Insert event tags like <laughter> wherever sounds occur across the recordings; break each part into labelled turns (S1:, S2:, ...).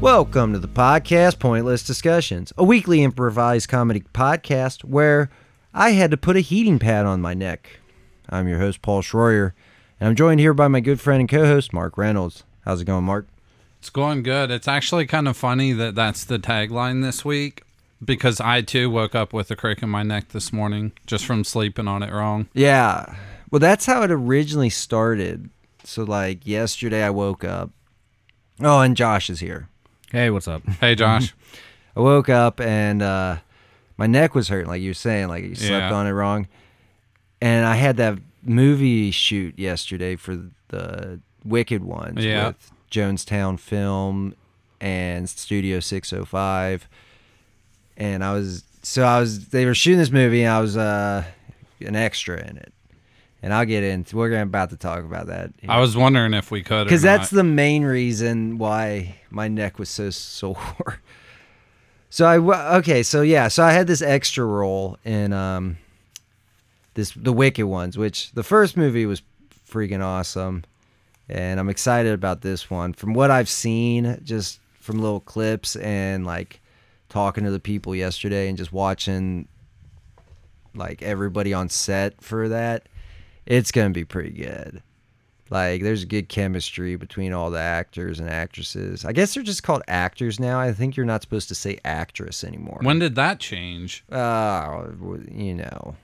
S1: Welcome to the podcast Pointless Discussions, a weekly improvised comedy podcast where I had to put a heating pad on my neck. I'm your host, Paul Schroyer, and I'm joined here by my good friend and co host, Mark Reynolds. How's it going, Mark?
S2: It's going good. It's actually kind of funny that that's the tagline this week because I too woke up with a crick in my neck this morning just from sleeping on it wrong.
S1: Yeah. Well, that's how it originally started. So, like, yesterday I woke up. Oh, and Josh is here.
S3: Hey, what's up?
S2: Hey,
S3: <laughs>
S2: Josh.
S1: I woke up and uh, my neck was hurting, like you were saying, like you slept
S2: Yeah.
S1: on it wrong. And I had that movie shoot yesterday for the Wicked Ones
S2: Yeah.
S1: with Jonestown Film and Studio 605. And I was, so I was, they were shooting this movie and I was uh, an extra in it. And I'll get into, we're gonna about to talk about that.
S2: I was wondering if we could.
S1: Because that's the main reason why my neck was so <laughs> sore. So I wa- okay, so yeah, so I had this extra role in um this the Wicked ones, which the first movie was freaking awesome, and I'm excited about this one. From what I've seen, just from little clips and like talking to the people yesterday and just watching like everybody on set for that, it's gonna be pretty good. Like there's good chemistry between all the actors and actresses. I guess they're just called actors now. I think you're not supposed to say actress anymore.
S2: when did that change? <laughs>
S1: uh, you know.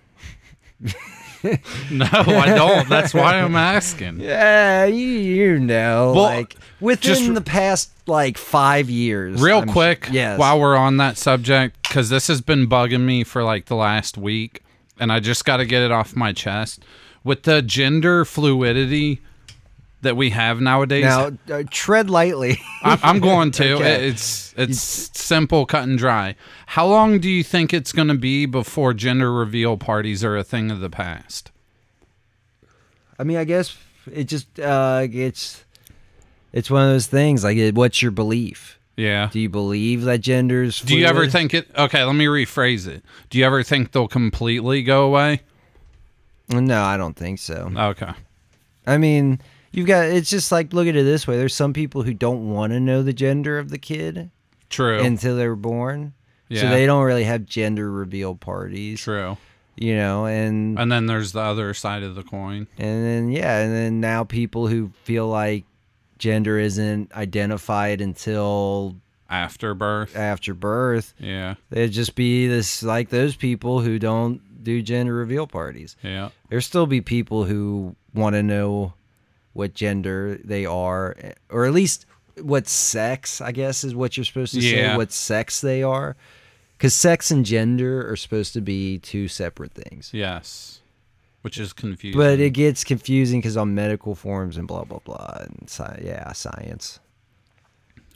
S2: No, I don't. That's why
S1: <laughs>
S2: I'm asking.
S1: Yeah, Eh, you, you know,
S2: Well,
S1: like within
S2: just-
S1: the past like five years.
S2: Real
S1: I'm-
S2: quick,
S1: yes.
S2: while we're on that subject, because this has been bugging me for like the last week, and I just got to get it off my chest. With the gender fluidity that we have nowadays,
S1: now uh, tread lightly. <laughs>
S2: I'm, I'm going to.
S1: Okay.
S2: It- It's it's simple, cut and dry. How long do you think it's going to be before gender reveal parties are a thing of the past?
S1: I mean, I guess it just uh, it's it's one of those things. Like, it, what's your belief?
S2: Yeah.
S1: Do you believe that gender's?
S2: Do you ever
S1: fluid?
S2: think it? Okay, let me rephrase it. Do you ever think they'll completely go away?
S1: No, I don't think so.
S2: Okay.
S1: I mean, you've got it's just like look at it this way. There's some people who don't want to know the gender of the kid
S2: True.
S1: until they're born, so
S2: Yeah.
S1: they don't really have gender reveal parties.
S2: True.
S1: You know, and
S2: And then there's the other side of the coin.
S1: And then yeah, and then now people who feel like gender isn't identified until
S2: After birth.
S1: after birth,
S2: Yeah.
S1: it'd just be this like those people who don't do gender reveal parties.
S2: Yeah.
S1: There'll still be people who want to know what gender they are, or at least what sex, I guess, is what you're supposed to say,
S2: Yeah.
S1: what sex they are. Because sex and gender are supposed to be two separate things.
S2: Yes. Which is confusing.
S1: But it gets confusing because on medical forms and blah blah blah and sci- yeah science.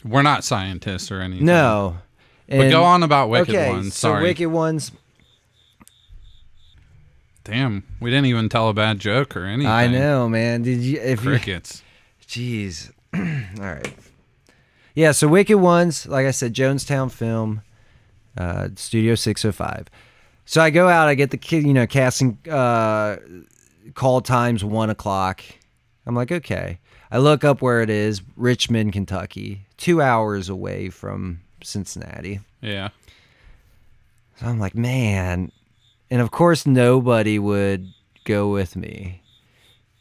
S2: We're not scientists or anything.
S1: No,
S2: Mm-hmm. But
S1: And-
S2: go on about Wicked
S1: okay,
S2: Ones.
S1: so
S2: Sorry.
S1: wicked ones.
S2: Damn. We didn't even tell a bad joke or anything.
S1: I know, man. Did you? If you,
S2: <laughs> Crickets.
S1: jeez. <clears throat> All right. Yeah, so Wicked Ones, like I said, Jonestown Film, uh, Studio 605. So I go out, I get the kid, you know, casting uh, call times one o'clock. I'm like, okay. I look up where it is, Richmond, Kentucky, two hours away from Cincinnati.
S2: Yeah.
S1: So I'm like, man. And of course, nobody would go with me.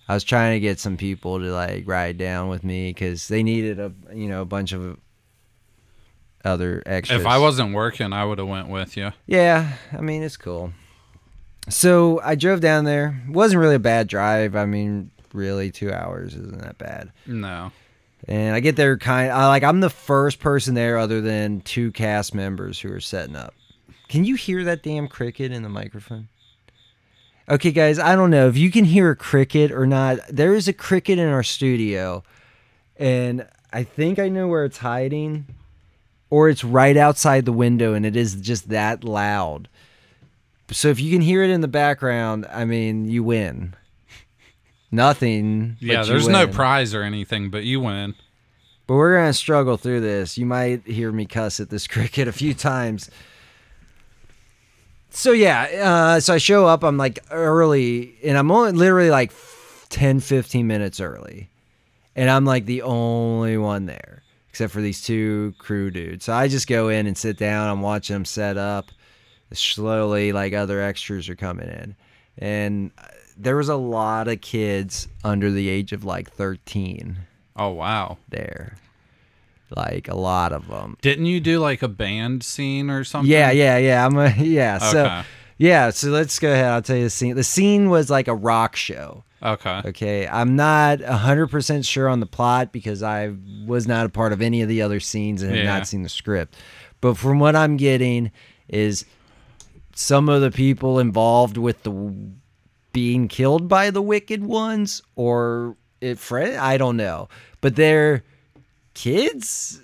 S1: I was trying to get some people to like ride down with me because they needed a you know a bunch of other extras.
S2: If I wasn't working, I would have went with you.
S1: yeah, I mean it's cool. So I drove down there. wasn't really a bad drive. I mean, really, two hours isn't that bad.
S2: No.
S1: And I get there kind. I like I'm the first person there other than two cast members who are setting up. Can you hear that damn cricket in the microphone? Okay, guys, I don't know if you can hear a cricket or not. There is a cricket in our studio, and I think I know where it's hiding, or it's right outside the window, and it is just that loud. So if you can hear it in the background, I mean, you win. <laughs> Nothing. but
S2: Yeah,
S1: you
S2: there's no
S1: win.
S2: prize or anything, but you win.
S1: But we're gonna struggle through this. You might hear me cuss at this <laughs> cricket a few times. So yeah, uh, so I show up. I'm like early, and I'm only literally like 10, 15 minutes early, and I'm like the only one there. except for these two crew dudes. So I just go in and sit down. I'm watching them set up. Slowly, like other extras are coming in, and uh, there was a lot of kids under the age of like 13
S2: Oh wow!
S1: there, like a lot of them.
S2: Didn't you do like a band scene or something?
S1: Yeah, yeah, yeah. I'm a <laughs> yeah. So
S2: Okay.
S1: yeah, so let's go ahead. I'll tell you the scene. The scene was like a rock show.
S2: Okay.
S1: Okay, I'm not 100% sure on the plot because I was not a part of any of the other scenes and have
S2: Yeah.
S1: not seen the script. But from what I'm getting is some of the people involved with the being killed by the wicked ones or it Fred, I don't know. But they're kids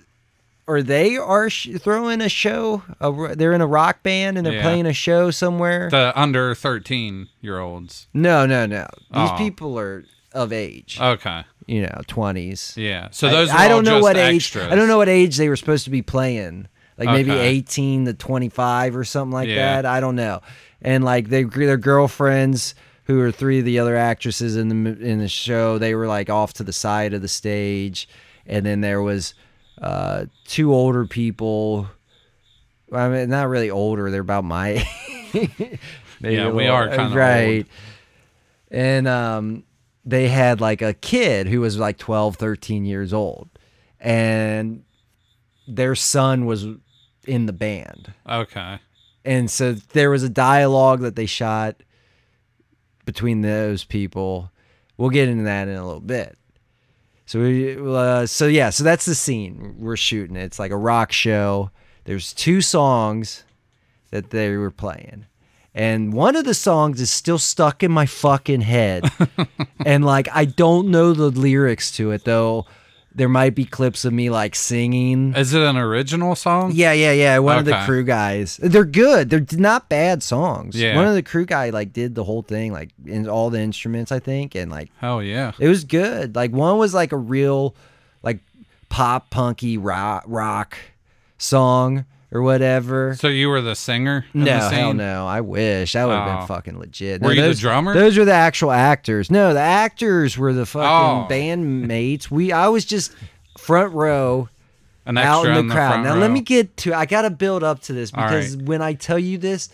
S1: or they are sh- throwing a show. A r they're in a rock band and they're
S2: Yeah.
S1: playing a show somewhere.
S2: The under thirteen year olds.
S1: no, no, no. These
S2: Aw.
S1: people are of age
S2: Okay.
S1: you know, twenties.
S2: Yeah. So those. were
S1: I, I
S2: all
S1: don't know
S2: just
S1: what
S2: extras.
S1: age. I don't know what age they were supposed to be playing. Like maybe
S2: Okay.
S1: eighteen to twenty-five or something like
S2: Yeah.
S1: that. I don't know. And like they, their girlfriends, who are three of the other actresses in the m- in the show, they were like off to the side of the stage, and then there was uh, two older people. I mean, not really older. They're about my. Maybe
S2: <laughs> Yeah,
S1: a <laughs>
S2: we
S1: little-
S2: are kinda
S1: right.
S2: old.
S1: And um, they had like a kid who was like 12, 13 years old. And their son was in the band.
S2: Okay.
S1: And so there was a dialogue that they shot between those people. We'll get into that in a little bit. So we, uh, so yeah, so that's the scene we're shooting. It's like a rock show. There's two songs that they were playing. And one of the songs is still stuck in my fucking head. and like I don't know the lyrics to it though. There might be clips of me like singing.
S2: Is it an original song?
S1: Yeah, yeah, yeah. One of the
S2: Okay.
S1: crew guys. They're good. They're not bad songs.
S2: Yeah.
S1: One of the crew guy like did the whole thing, like in all the instruments, I think, and like
S2: Hell yeah.
S1: it was good. Like one was like a real like pop punky rock rock song or whatever.
S2: So you were the singer? in
S1: no,
S2: the
S1: hell
S2: scene?
S1: no. I wish that would have
S2: Oh.
S1: been fucking legit.
S2: Were
S1: No,
S2: you the
S1: those,
S2: drummer?
S1: Those were the actual actors. No, the actors were the fucking
S2: Oh.
S1: bandmates. We I was just front row
S2: An
S1: out
S2: extra
S1: in the, crowd.
S2: front
S1: Now
S2: row.
S1: let me get to. I gotta build up to this
S2: All right.
S1: because when I tell you this,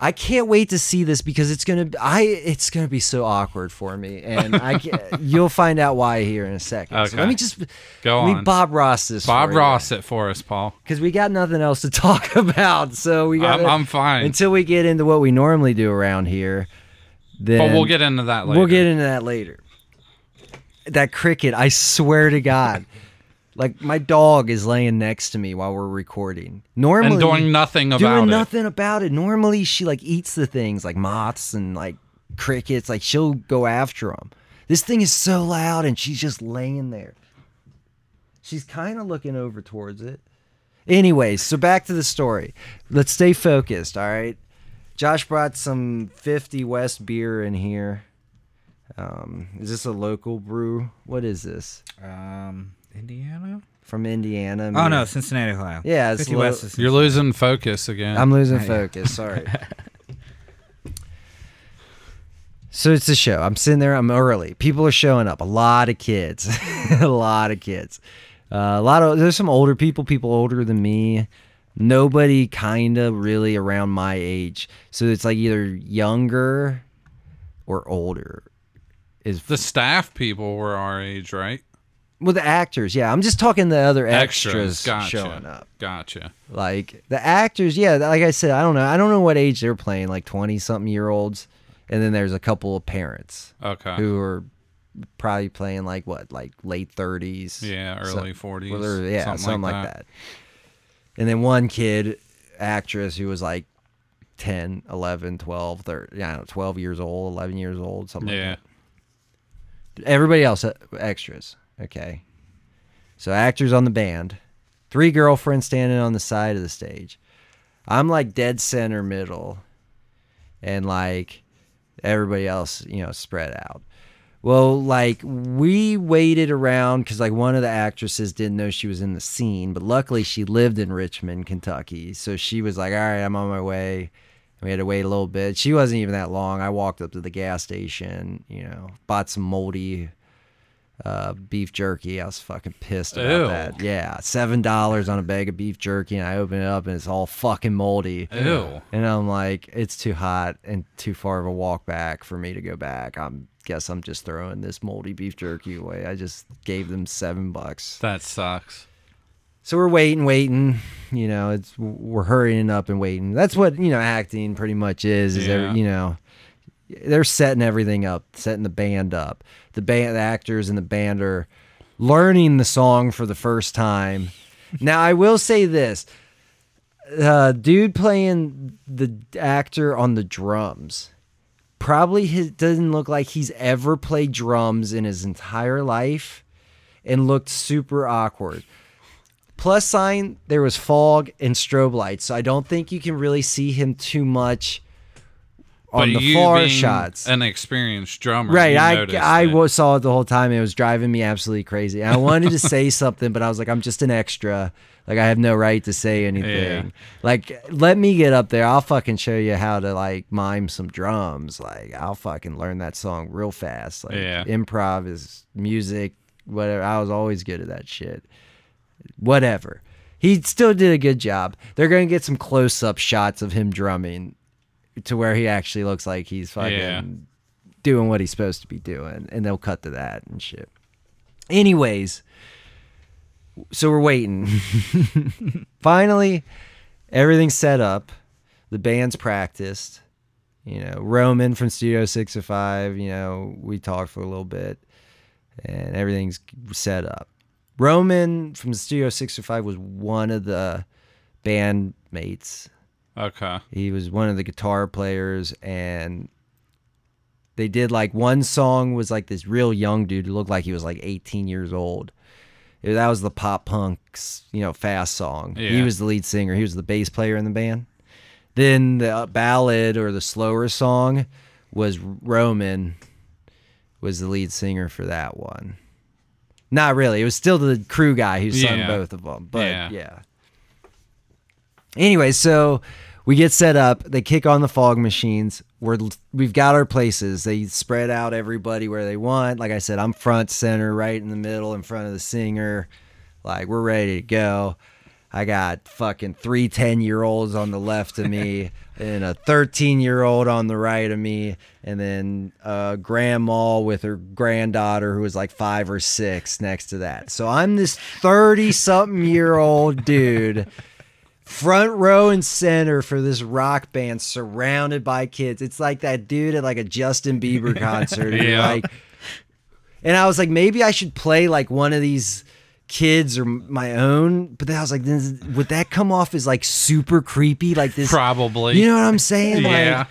S1: I can't wait to see this because it's gonna. I it's gonna be so awkward for me, and
S2: <laughs>
S1: I can't, you'll find out why here in a second. So
S2: Okay.
S1: let me just
S2: Go
S1: let me
S2: on.
S1: Bob Ross this.
S2: Bob Ross it for us, Paul.
S1: because we got nothing else to <laughs> talk about. So we got.
S2: I'm, I'm fine.
S1: until we get into what we normally do around here. Then
S2: but we'll get into that later.
S1: We'll get into that later. That cricket, I swear to God. like my dog is laying next to me while we're recording. Normally
S2: and doing nothing about
S1: doing
S2: it.
S1: nothing about it. Normally she like eats the things like moths and like crickets. Like she'll go after them. This thing is so loud and she's just laying there. She's kind of looking over towards it. Anyways, so back to the story. Let's stay focused, all right? Josh brought some 50 West beer in here. Um, is this a local brew? What is this?
S3: Um, Indiana?
S1: From Indiana?
S3: Oh no, Cincinnati, Ohio.
S1: Yeah, uh, it's
S3: 50
S1: lo-
S3: West. is
S2: You're losing focus again.
S1: I'm losing
S3: Yeah.
S1: focus.
S2: <laughs>
S1: Sorry. so it's a show. I'm sitting there. I'm early. People are showing up. A lot of kids. <laughs> a lot of kids. Uh, a lot of there's some older people. People older than me. Nobody kind of really around my age. So it's like either younger or older. Is
S2: the staff people were our age, right?
S1: well the actors. Yeah, I'm just talking the other extras,
S2: Extras. Gotcha.
S1: showing up.
S2: Gotcha.
S1: Like the actors, yeah, like I said, I don't know. I don't know what age they're playing, like 20 something year olds. And then there's a couple of parents
S2: Okay.
S1: who are probably playing like what, like late 30s.
S2: Yeah,
S1: so-
S2: early 40s.
S1: well, they're- yeah,
S2: something, like, that.
S1: And then one kid, actress, who was like 10, 11, 12, 13, I don't know, 12 years old, 11 years old, something like
S2: Yeah.
S1: that. Everybody else uh, extras. Okay. So actors on the band, three girlfriends standing on the side of the stage. I'm like dead center middle, and like everybody else, you know, spread out. Well, like we waited around because like one of the actresses didn't know she was in the scene, but luckily she lived in Richmond, Kentucky, so she was like, "All right, I'm on my way." We had to wait a little bit. She wasn't even that long. I walked up to the gas station, you know, bought some moldy uh, beef jerky. I was fucking pissed about
S2: Ew.
S1: that. Yeah, seven dollars on a bag of beef jerky, and I open it up and it's all fucking moldy.
S2: Ew.
S1: And I'm like, it's too hot and too far of a walk back for me to go back. I'm guess I'm just throwing this moldy beef jerky away. I just gave them seven bucks.
S2: That sucks.
S1: So we're waiting, waiting. You know, it's we're hurrying up and waiting. That's what you know acting pretty much is. Is
S2: Yeah.
S1: every, you know, they're setting everything up, setting the band up. The band, the actors, and the band are learning the song for the first time. now I will say this: uh, dude playing the actor on the drums probably his, doesn't look like he's ever played drums in his entire life and looked super awkward. Plus sign, there was fog and strobe lights, so I don't think you can really see him too much on
S2: but
S1: the
S2: you
S1: far
S2: being
S1: shots.
S2: an experienced drummer,
S1: Right,
S2: you
S1: I
S2: noticed
S1: I
S2: it.
S1: was, saw it the whole time. It was driving me absolutely crazy. And I wanted to
S2: <laughs>
S1: say something, but I was like, I'm just an extra. Like I have no right to say anything. Like let me get up there. I'll fucking show you how to like mime some drums. Like I'll fucking learn that song real fast. Like
S2: Yeah.
S1: improv is music, whatever. I was always good at that shit. Whatever. He still did a good job. They're gonna get some close up shots of him drumming to where he actually looks like he's fucking
S2: Yeah.
S1: doing what he's supposed to be doing, and they'll cut to that and shit. Anyways, so we're waiting. <laughs> Finally, everything's set up. The band's practiced. You know, Roman from Studio 605, you know, we talked for a little bit and everything's set up. Roman from Studio 605 was one of the bandmates
S2: okay.
S1: he was one of the guitar players and they did like one song was like this real young dude who looked like he was like 18 years old It- that was the pop punks you know fast song he
S2: Yeah.
S1: was the lead singer he was the bass player in the band then the uh, ballad or the slower song was roman was the lead singer for that one not really it was still the crew guy who sung
S2: Yeah.
S1: both of them but
S2: Yeah.
S1: yeah anyway, so we get set up. They kick on the fog machines. We're we've got our places. They spread out everybody where they want. Like I said, I'm front center, right in the middle, in front of the singer. Like we're ready to go. I got fucking three 10 year olds on the left of me and a 13 year old on the right of me. And then a grandma with her granddaughter who was like five or six next to that. So I'm this 30 something year old dude front row and center for this rock band surrounded by kids. It's like that dude at like a Justin Bieber concert. You're
S2: <laughs> Yeah.
S1: Like, and I was like, maybe I should play like one of these kids or my own. But then I was like, this, would that come off as like super creepy? Like this,
S2: Probably.
S1: you know what I'm saying?
S2: yeah.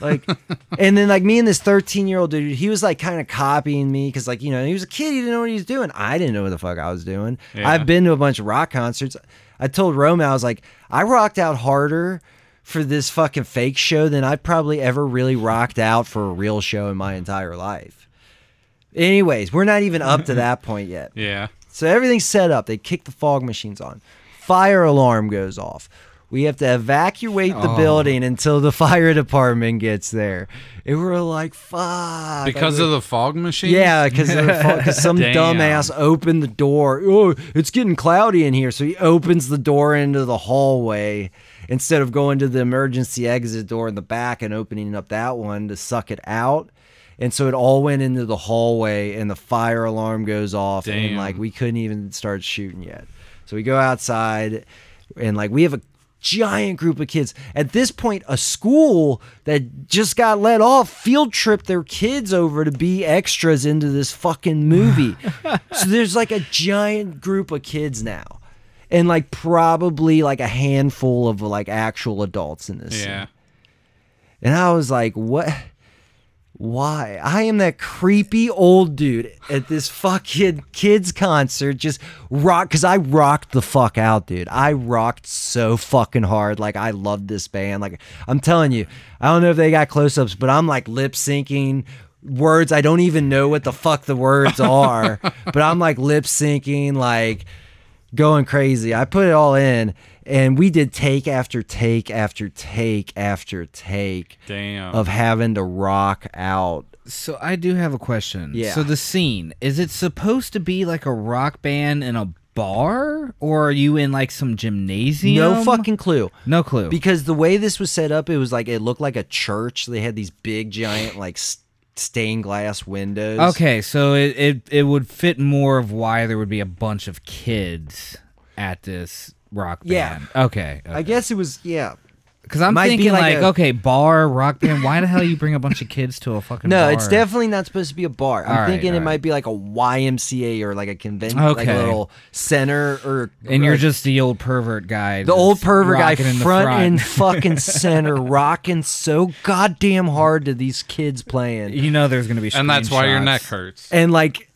S1: Like,
S2: <laughs>
S1: like and then like me and this 13 year old dude he was like kind of copying me because like you know he was a kid he didn't know what he was doing i didn't know what the fuck i was doing
S2: Yeah.
S1: i've been to a bunch of rock concerts i told rome i was like i rocked out harder for this fucking fake show than i probably ever really rocked out for a real show in my entire life anyways we're not even up to
S2: <laughs>
S1: that point yet
S2: yeah.
S1: so everything's set up. They kick the fog machines on. Fire alarm goes off. We have to evacuate
S2: Oh.
S1: the building until the <laughs> fire department gets there. And we're like, fuck.
S2: Because of the fog machine?
S1: Yeah, because
S2: <laughs>
S1: some
S2: Damn.
S1: dumbass opened the door. Oh, it's getting cloudy in here. So he opens the door into the hallway instead of going to the emergency exit door in the back and opening up that one to suck it out. And so it all went into the hallway, and the fire alarm goes off, and
S2: Damn.
S1: like we couldn't even start shooting yet. So we go outside, and like we have a giant group of kids at this point a school that just got let off field trip their kids over to be extras into this fucking movie so there's like a giant group of kids now and like probably like a handful of like actual adults in this scene.
S2: Yeah.
S1: And I was like, what? Why? I am that creepy old dude at this fucking kids concert just rock cuz I rocked the fuck out, dude. I rocked so fucking hard. Like I loved this band. Like I'm telling you, I don't know if they got close-ups, but I'm like lip syncing words I don't even know what the fuck the words are, but I'm like lip syncing like going crazy. I put it all in and we did take after take after take after take
S2: Damn.
S1: of having to rock out.
S3: So I do have a question.
S1: Yeah.
S3: So the scene is it supposed to be like a rock band in a bar, or are you in like some gymnasium?
S1: No fucking clue.
S3: No clue.
S1: Because the way this was set up, it was like it looked like a church. They had these big, giant, like s- stained glass windows.
S3: okay, so it, it it would fit more of why there would be a bunch of kids at this rock
S1: Yeah.
S3: band. Yeah. Okay.
S1: I guess it was yeah.
S3: Because I'm
S1: might be
S3: thinking
S1: like
S3: like,
S1: a-
S3: okay, bar rock band. Why the hell you bring a bunch of kids to a fucking?
S1: No,
S3: bar?
S1: it's definitely not supposed to be a bar. I'm
S3: All right,
S1: thinking it
S3: all right.
S1: might be like a YMCA or like a convention, like a
S3: Okay.
S1: little center or.
S3: And you're
S1: or
S3: just the old pervert guy.
S1: the old pervert guy
S3: rocking in the
S1: front and <laughs>
S3: <laughs>
S1: fucking center, rocking so goddamn hard to these kids playing,
S3: You know there's gonna be.
S2: and that's why your
S3: screenshots.
S2: neck hurts.
S1: and like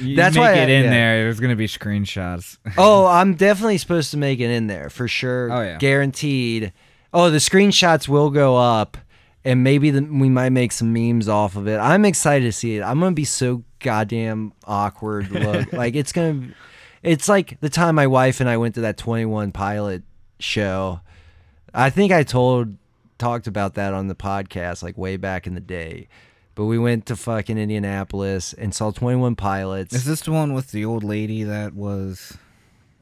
S3: You
S1: That's
S3: make
S1: why
S3: it
S1: I-
S3: in
S1: yeah.
S3: there. There's gonna be screenshots.
S1: <laughs> Oh, I'm definitely supposed to make it in there for sure.
S3: Oh, yeah.
S1: guaranteed. Oh, the screenshots will go up, and maybe the, we might make some memes off of it. I'm excited to see it. I'm gonna be so goddamn awkward.
S3: <laughs>
S1: Look, like it's gonna, it's like the time my wife and I went to that Twenty One Pilot show. I think I told talked about that on the podcast like way back in the day. But we went to fucking Indianapolis and saw 21 Pilots.
S3: Is this the one with the old lady that was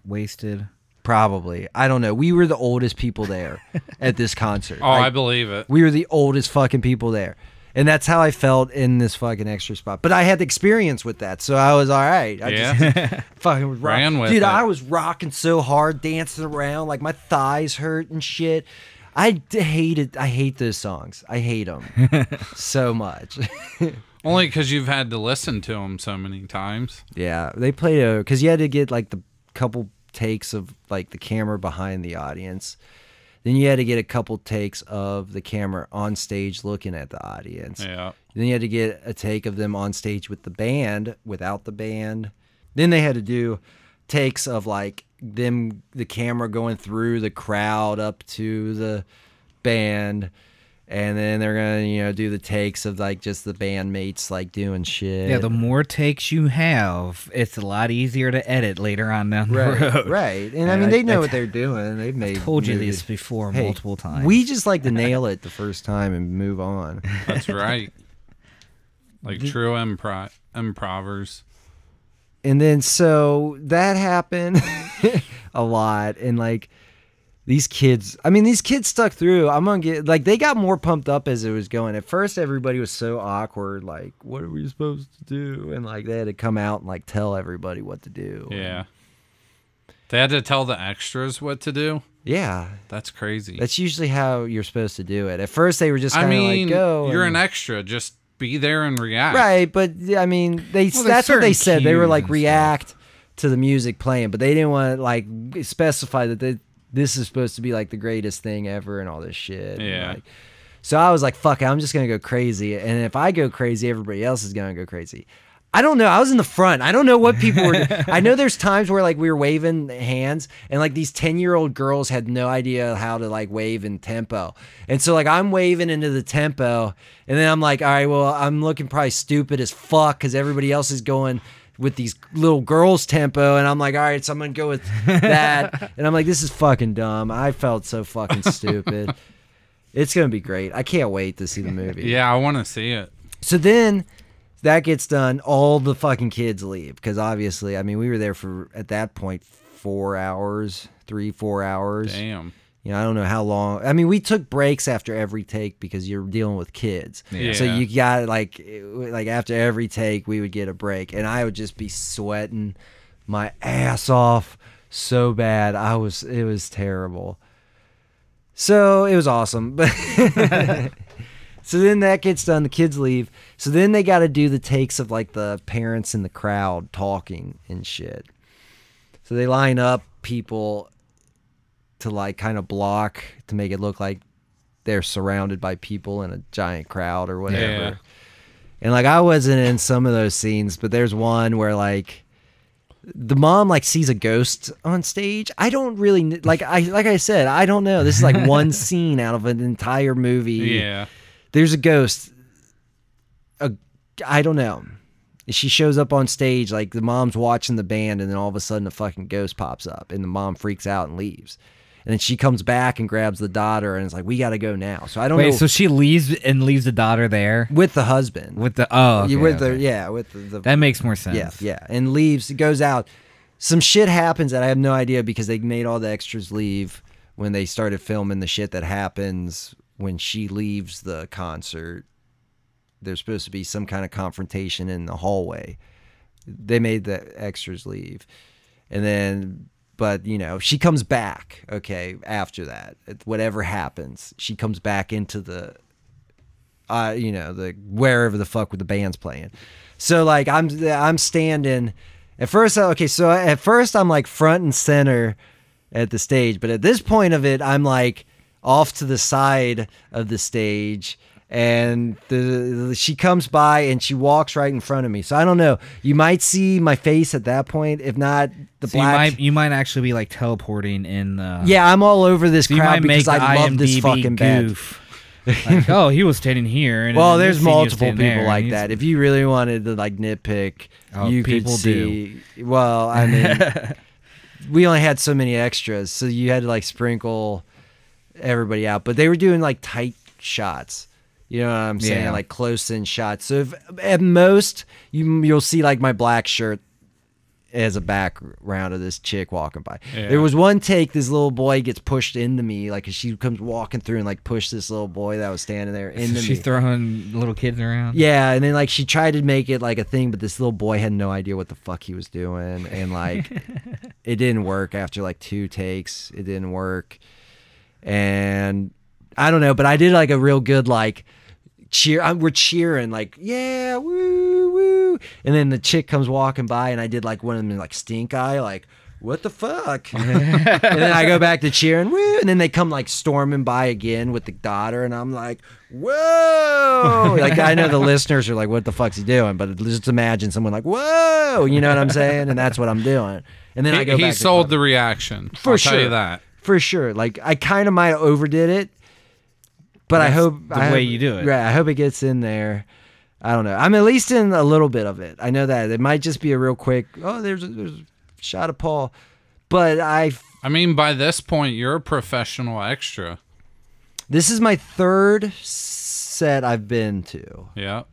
S3: wasted?
S1: Probably. I don't know. We were the oldest people there at this concert.
S2: Oh,
S1: Like,
S2: I believe it.
S1: we were the oldest fucking people there. And that's how I felt in this fucking extra spot. But I had experience with that, so I was all right. I just
S2: Yeah.
S1: <laughs> fucking was rock-
S2: Ran with
S1: Dude,
S2: it.
S1: I was rocking so hard, dancing around, like my thighs hurt and shit. I d- hated. I hate those songs. I hate
S2: <laughs>
S1: them so much.
S2: Only because you've had to listen to them so many times.
S1: Yeah, they played a because you had to get like the couple takes of like the camera behind the audience. Then you had to get a couple takes of the camera on stage looking at the audience.
S2: Yeah.
S1: Then you had to get a take of them on stage with the band, without the band. Then they had to do takes of like them, the camera going through the crowd up to the band. And then they're gonna, you know, do the takes of like just the bandmates like doing shit.
S3: Yeah, the more takes you have, it's a lot easier to edit later on down the
S1: Right,
S3: <laughs> road.
S1: right. And I
S3: And
S1: mean,
S3: I-
S1: they know
S3: I-
S1: what they're doing. They've made.
S3: Told you
S1: movies.
S3: this before
S1: Hey,
S3: multiple times.
S1: We just like
S3: <laughs>
S1: to nail it the first time and move on. <laughs>
S2: That's right. like true improv improvers.
S1: And then so that happened <laughs> a lot, and like these kids. I mean, these kids stuck through. I'm gonna get like they got more pumped up as it was going. At first, everybody was so awkward. Like, what are we supposed to do? And like they had to come out and like tell everybody what to do.
S2: Yeah. They had to tell the extras what to do.
S1: Yeah.
S2: That's crazy.
S1: That's usually how you're supposed to do it. At first, they were just
S2: I
S1: kind of
S2: mean,
S1: like, go.
S2: you're
S1: and-
S2: an extra. Just be there and react.
S1: Right, but I mean, they
S3: there's
S1: that's what they said.
S3: certain
S1: They were
S3: cues
S1: like
S3: and
S1: react to the music playing, but they didn't want to like specify that they, this is supposed to be like the greatest thing ever and all this shit. and,
S2: Yeah.
S1: like- so I was like, "Fuck, it, I'm just gonna go crazy," and if I go crazy, everybody else is gonna go crazy. I don't know. I was in the front. I don't know what people were. I know there's times where like we were waving hands, and like these ten year old girls had no idea how to like wave in tempo, and so like I'm waving into the tempo, and then I'm like, all right, well I'm looking probably stupid as fuck because everybody else is going with these little girls tempo, and I'm like, all right, so I'm gonna go with that, and I'm like, this is fucking dumb. I felt so fucking stupid. It's gonna be great. I can't wait to see the movie.
S2: <laughs> Yeah, I want to see it.
S1: So then that gets done. All the fucking kids leave because obviously, I mean, we were there for at that point four hours, three, four hours.
S2: Damn.
S1: You know, I don't know how long. I mean, we took breaks after every take because you're dealing with kids.
S2: Yeah.
S1: So you got like, it- like after every take, we would get a break, and I would just be sweating my ass off so bad. I was, it was terrible. So it was awesome, <laughs> but. So then that gets done. The kids leave. So then they got to do the takes of like the parents in the crowd talking and shit. So they line up people to like kind of block to make it look like they're surrounded by people in a giant crowd or whatever.
S2: Yeah.
S1: And like I wasn't in some of those scenes, but there's one where like the mom like sees a ghost on stage. I don't really kn- like I like I said, I don't know. This is like
S2: <laughs>
S1: one scene out of an entire movie
S2: Yeah.
S1: there's a ghost. A, I don't know. And she shows up on stage, like the mom's watching the band, and then all of a sudden a fucking ghost pops up, and the mom freaks out and leaves. And then she comes back and grabs the daughter, and it's like, we got to go now. So I don't
S3: Wait,
S1: know.
S3: so she leaves and leaves the daughter there
S1: with the husband,
S3: with the oh,
S1: You-
S3: okay,
S1: with the
S3: okay.
S1: yeah, with the, the
S3: that makes more sense.
S1: yeah, yeah, and leaves, goes out. Some shit happens that I have no idea because they made all the extras leave when they started filming the shit that happens when she leaves the concert. There's supposed to be some kind of confrontation in the hallway. They made the extras leave. And then, but you know, she comes back, okay, after that. Whatever happens, she comes back into the uh, you know, the wherever the fuck with the band's playing. So like I'm I'm standing at first okay, so at first I'm like front and center at the stage, but at this point of it I'm like off to the side of the stage and the, the- she comes by and she walks right in front of me. So I don't know. You might see my face at that point. If not, the
S3: So you
S1: black.
S3: might you might actually be like teleporting in the
S1: yeah, I'm all over this
S3: So you
S1: crowd
S3: might make
S1: because I
S3: the
S1: love this
S3: IMDb
S1: fucking band.
S3: goof. like, <laughs> oh, he was standing here. And
S1: Well,
S3: then
S1: there's
S3: this scene he was
S1: multiple people
S3: standing there,
S1: like
S3: and he's-
S1: that. If you really wanted to like nitpick,
S3: Oh,
S1: you
S3: people
S1: could see. Well, I
S3: <laughs>
S1: mean, we only had so many extras, so you had to like sprinkle everybody out. But they were doing like tight shots. You know what I'm saying?
S3: Yeah.
S1: Like close in shots. So if, at most, you you'll see like my black shirt as a background of this chick walking by.
S2: Yeah.
S1: There was one take this little boy gets pushed into me like she comes walking through and like pushed this little boy that was standing
S3: <laughs>
S1: there
S3: So
S1: into me.
S3: she's throwing little kids around.
S1: Yeah, and then like she tried to make it like a thing, but this little boy had no idea what the fuck he was doing, and like it didn't work after like two takes. It didn't work, and I don't know, but I did like a real good like cheer. I, we're cheering like yeah, woo woo, and then the chick comes walking by, and I did like one of them like stink eye like. What the fuck? <laughs> and then I go back to cheering, woo, and then they come like storming by again with the daughter, and I'm like, whoa! like I know the listeners are like, what the fuck's he doing? But just imagine someone like, whoa! You know what I'm saying? And that's what I'm doing. And then I
S2: He,
S1: go.
S2: he
S1: back to
S2: sold the reaction.
S1: for
S2: I'll
S1: sure.
S2: Tell you that.
S1: for sure. Like I kind of might have overdid it, but I
S3: That's
S1: hope
S3: the
S1: I
S3: way
S1: hope-
S3: you do it.
S1: Right, I hope it gets in there. I don't know. I'm at least in a little bit of it. I know that it might just be a real quick. Oh, there's a, there's a shot of Paul, but I.
S2: I mean, by this point, you're a professional extra.
S1: This is my third set I've been to.
S2: Yeah.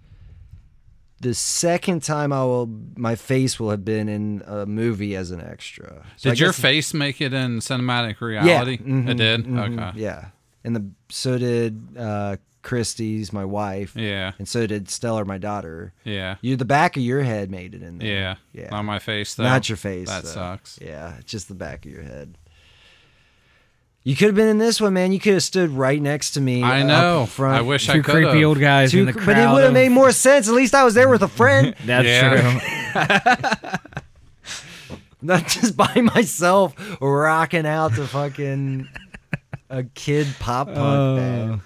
S1: The second time I will, my face will have been in a movie as an extra. So I
S2: Did your
S1: guess-
S2: face make it in cinematic reality?
S1: mhm,
S2: It did.
S1: mhm,
S2: Okay.
S1: Yeah, and the so did uh, Christie's, my wife.
S2: Yeah.
S1: and so did Stellar, my daughter.
S2: Yeah.
S1: You, the back of your head made it in there.
S2: Yeah.
S1: Yeah.
S2: On my face, though.
S1: not your face.
S2: That
S1: though.
S2: sucks.
S1: Yeah, it's just the back of your head. You could have been in this one, man. You could have stood right next to me.
S2: I
S1: up
S2: know.
S1: front.
S2: I wish I
S3: Two
S2: could.
S3: creepy old guys
S1: Two-
S3: in the crowd.
S1: but it would have
S3: of-
S1: made more sense. At least I was there with a
S2: <laughs>
S1: friend,
S3: That's
S2: Yeah.
S3: true. <laughs>
S1: not just by myself rocking out to fucking a kid pop punk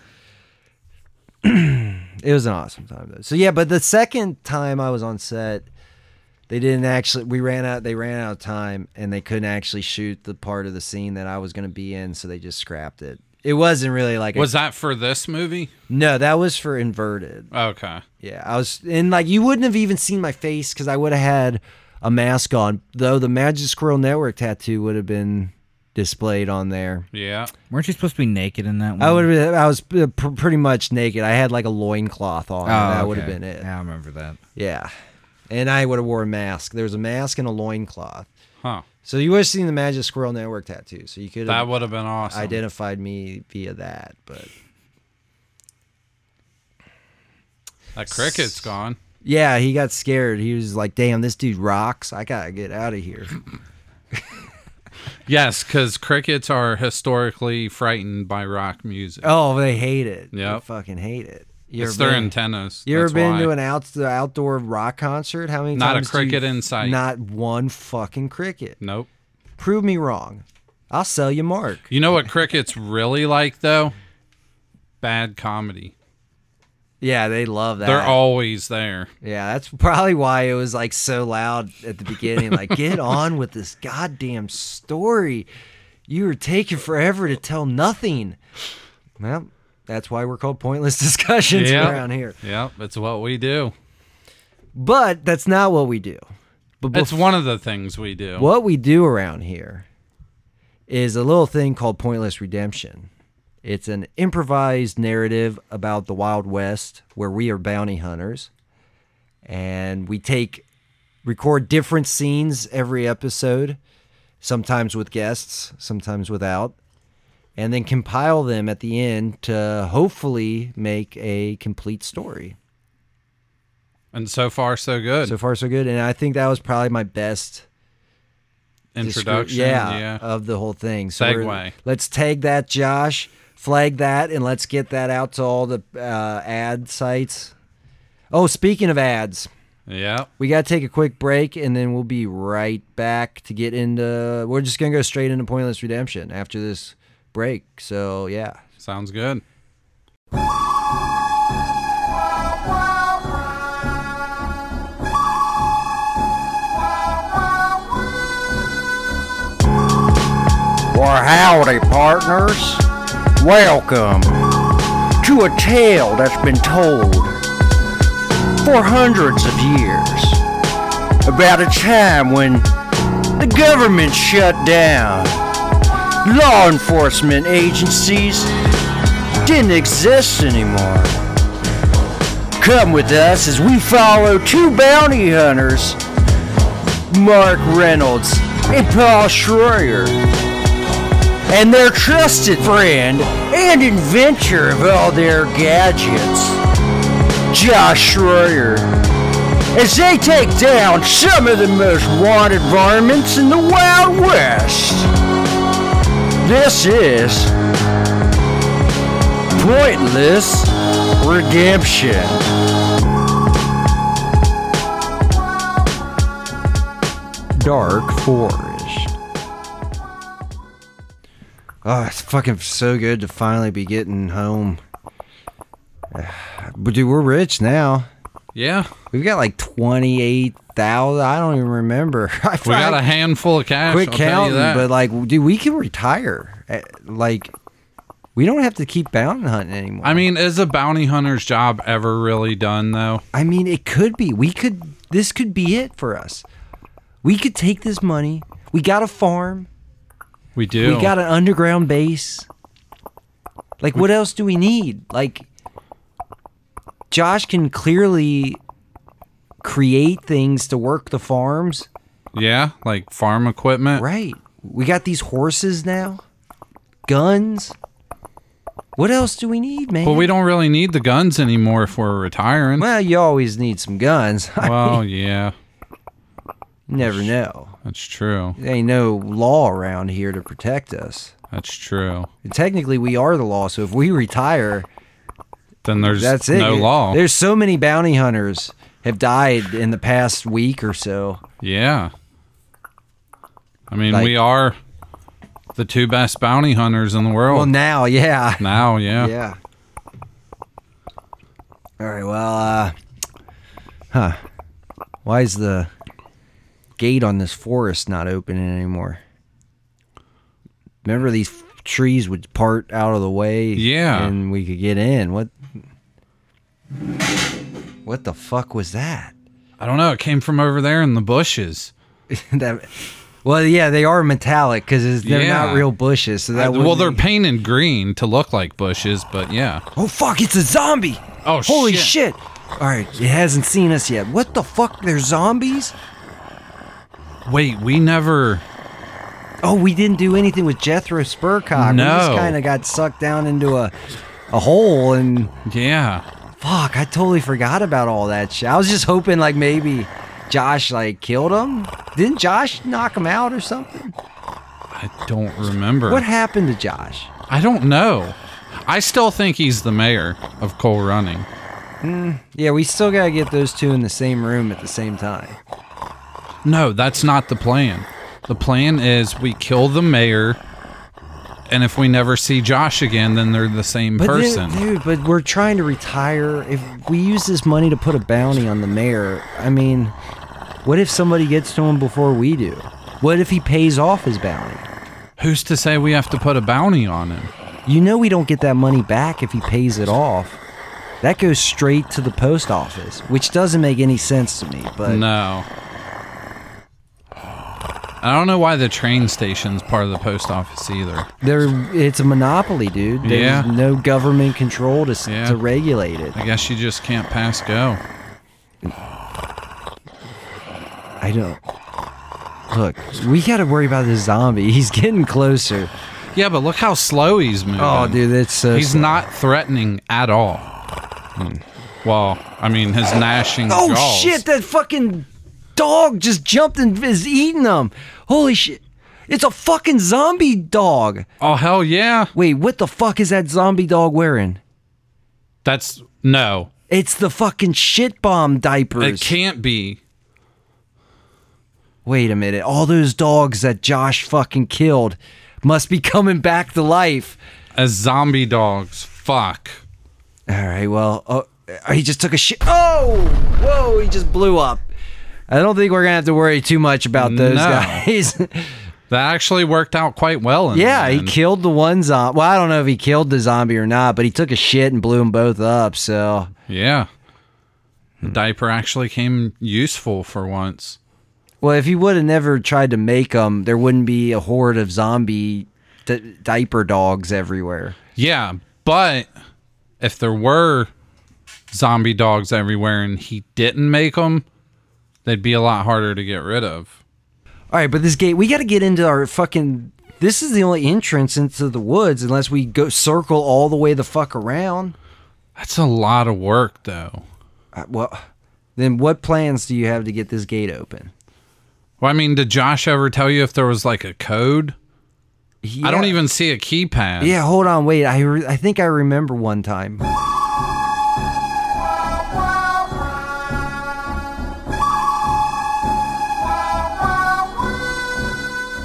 S1: band. it was an awesome time though. So yeah, but the second time I was on set, they didn't actually. We ran out. They ran out of time, and they couldn't actually shoot the part of the scene that I was going to be in. So they just scrapped it. It wasn't really like a-
S2: Was that for this movie?
S1: no. That was for inverted.
S2: Okay.
S1: Yeah, I was and like you wouldn't have even seen my face because I would have had a mask on. Though the Magic Squirrel Network tattoo would have been displayed on there.
S2: Yeah.
S3: Weren't you supposed to be naked in that one?
S1: I would have. been- I was uh, pr- pretty much naked. I had like a loincloth on.
S3: Oh,
S1: and that
S3: okay.
S1: would have been it.
S3: Yeah, I remember that.
S1: Yeah. And I would have wore a mask. There was a mask and a loincloth.
S2: Huh.
S1: So you would have seen the Magic Squirrel Network tattoo. So you could
S2: That
S1: have
S2: would have been
S3: oh.
S2: awesome.
S1: identified me via that. But
S2: That cricket's gone.
S1: yeah, he got scared. He was like, damn, this dude rocks. I got to get out of here.
S2: Yes, because crickets are historically frightened by rock music.
S1: Oh, they hate it.
S2: Yep.
S1: They fucking hate it. You
S2: it's
S1: ever
S2: their
S1: been-
S2: antennas.
S1: You ever
S2: That's
S1: been
S2: why.
S1: to an out, outdoor rock concert? How many
S2: Not a
S1: times? do you-
S2: cricket in sight.
S1: Not one fucking cricket.
S2: Nope.
S1: Prove me wrong. I'll sell you Mark.
S2: You know what crickets really like though? Bad comedy.
S1: Yeah, they love that.
S2: They're always there.
S1: Yeah, that's probably why it was like so loud at the beginning. Like,
S2: <laughs>
S1: get on with this goddamn story. You were taking forever to tell nothing. Well, that's why we're called pointless <laughs> discussions
S2: Yeah.
S1: around here.
S2: Yep, it's what we do.
S1: But that's not what we do. But
S2: It's
S1: bef-
S2: one of the things we do.
S1: what we do around here is a little thing called Pointless Redemption. It's an improvised narrative about the Wild West where we are bounty hunters and we take record different scenes every episode, sometimes with guests, sometimes without, and then compile them at the end to hopefully make a complete story.
S2: And so far, so good.
S1: So far so good and I think that was probably my best descri-
S2: Introduction.
S1: yeah,
S2: yeah.
S1: of the whole thing. So
S2: Segue.
S1: we're- let's tag that, Josh. Flag that, and let's get that out to all the uh, ad sites. Oh, speaking of ads,
S2: yeah.
S1: we got to take a quick break, and then we'll be right back to get into. We're just gonna go straight into Pointless Redemption after this break. So yeah,
S2: Sounds good.
S4: Well, howdy, partners. Welcome to a tale that's been told for hundreds of years about a time when the government shut down, law enforcement agencies didn't exist anymore. Come with us as we follow two bounty hunters, Mark Reynolds and Paul Schroyer and their trusted friend and inventor of all their gadgets, Josh Schroyer, as they take down some of the most wanted varmints in the Wild West. This is Pointless Redemption.
S1: Dark Forest. Oh, it's fucking so good to finally be getting home. <sighs> But dude, we're rich now.
S2: Yeah.
S1: We've got like twenty eight thousand. I don't even remember. <laughs> I
S2: We got a handful of cash.
S1: quick
S2: I'll tell you
S1: counting,
S2: that.
S1: but like, dude, we can retire. Eh, Like, we don't have to keep bounty hunting anymore.
S2: I mean, is a bounty hunter's job ever really done, though?
S1: I mean, it could be. We could. This could be it for us. We could take this money. We got a farm.
S2: We do.
S1: We got an underground base. Like, what else do we need? Like, Josh can clearly create things to work the farms.
S2: yeah, like farm equipment.
S1: Right. We got these horses now, guns. What else do we need, man?
S2: But we don't really need the guns anymore if we're retiring.
S1: Well, you always need some guns. <laughs> I
S2: Well, yeah,
S1: never know.
S2: that's true.
S1: There ain't no law around here to protect us.
S2: That's true.
S1: And technically, we are the law. So if we <laughs> retire,
S2: Then there's
S1: that's it.
S2: no law.
S1: There's so many bounty hunters have died in the past week or so.
S2: yeah. I mean,
S1: Like-
S2: we are the two best bounty hunters in the world
S1: Well, now, yeah.
S2: now. Oh. Yeah.
S1: Yeah. All right. Well, uh, huh. Why is the gate on this forest not opening anymore? Remember these trees would part out of the way.
S2: Yeah.
S1: And we could get in. What? What the fuck was that?
S2: I don't know. It came from over there in the bushes.
S1: <laughs> that. Well, yeah, they are metallic because they're
S2: Yeah.
S1: not real bushes. So that
S2: I- well,
S1: wouldn't
S2: they're
S1: be-
S2: painted green to look like bushes, but yeah.
S1: <laughs> Oh fuck! It's a zombie.
S2: Oh,
S1: holy shit!
S2: shit.
S1: All right, it hasn't seen us yet. What the fuck? They're zombies?
S2: Wait, we never.
S1: Oh, we didn't do anything with Jethro Spurcock. we
S2: No.
S1: just kind of got sucked down into a a hole, and
S2: Yeah.
S1: fuck, I totally forgot about all that shit. I was just hoping like maybe Josh like killed him. Didn't Josh knock him out or something?
S2: I don't remember.
S1: What happened to Josh?
S2: I don't know. I still think he's the mayor of Coal Running.
S1: Yeah, we still gotta get those two in the same room at the same time.
S2: No, that's not the plan. The plan is we kill the mayor, and if we never see Josh again, then they're the same
S1: But then-
S2: person.
S1: dude, but we're trying to retire. If we use this money to put a bounty on the mayor, I mean, what if somebody gets to him before we do? What if he pays off his bounty?
S2: Who's to say we have to put a bounty on him?
S1: You know we don't get that money back if he pays it off. That goes straight to the post office, which doesn't make any sense to me. But
S2: No. I don't know why the train station's part of the post office either.
S1: there, it's a monopoly, dude. There's
S2: Yeah.
S1: no government control to, s
S2: Yeah.
S1: to regulate it.
S2: I guess you just can't pass go.
S1: I don't. Look, we got to worry about the zombie. <laughs> He's getting closer.
S2: Yeah, but look how slow he's moving.
S1: Oh, dude, that's so.
S2: He's
S1: slow.
S2: not threatening at all. Well, I mean, his gnashing
S1: Oh
S2: jaws.
S1: shit! That fucking dog just jumped and is eating them. Holy shit! It's a fucking zombie dog.
S2: Oh, hell yeah.
S1: Wait, what the fuck is that zombie dog wearing?
S2: That's no.
S1: It's the fucking shit bomb
S2: It
S1: diapers.
S2: can't be.
S1: Wait a minute. All those dogs that Josh fucking killed must be <laughs> coming back to life.
S2: As zombie dogs. Fuck.
S1: All right. Well, oh, he just took a shit. Oh, whoa! He just blew up. I don't think we're gonna have to worry too much about those
S2: No.
S1: guys. <laughs>
S2: That actually worked out quite well. In the
S1: yeah, he
S2: end.
S1: killed the one zombie. Well, I don't know if he killed the zombie or not, but he took a shit and blew them both up. So
S2: Yeah. The diaper actually came useful for once.
S1: Well, if you would have never tried to make them, there wouldn't be a horde of zombie di- diaper dogs everywhere.
S2: Yeah, but if there were zombie dogs everywhere and he didn't make them, they'd be a lot harder to get rid of.
S1: All right, but this gate, we got to get into our fucking. This is the only entrance into the woods unless we go circle all the way the fuck around.
S2: That's a lot of work, though.
S1: Uh, well, then what plans do you have to get this gate open?
S2: Well, I mean, did Josh ever tell you if there was like a code? I don't
S1: Yeah.
S2: even see a keypad.
S1: Yeah, hold on, wait. I re- I think I remember one time.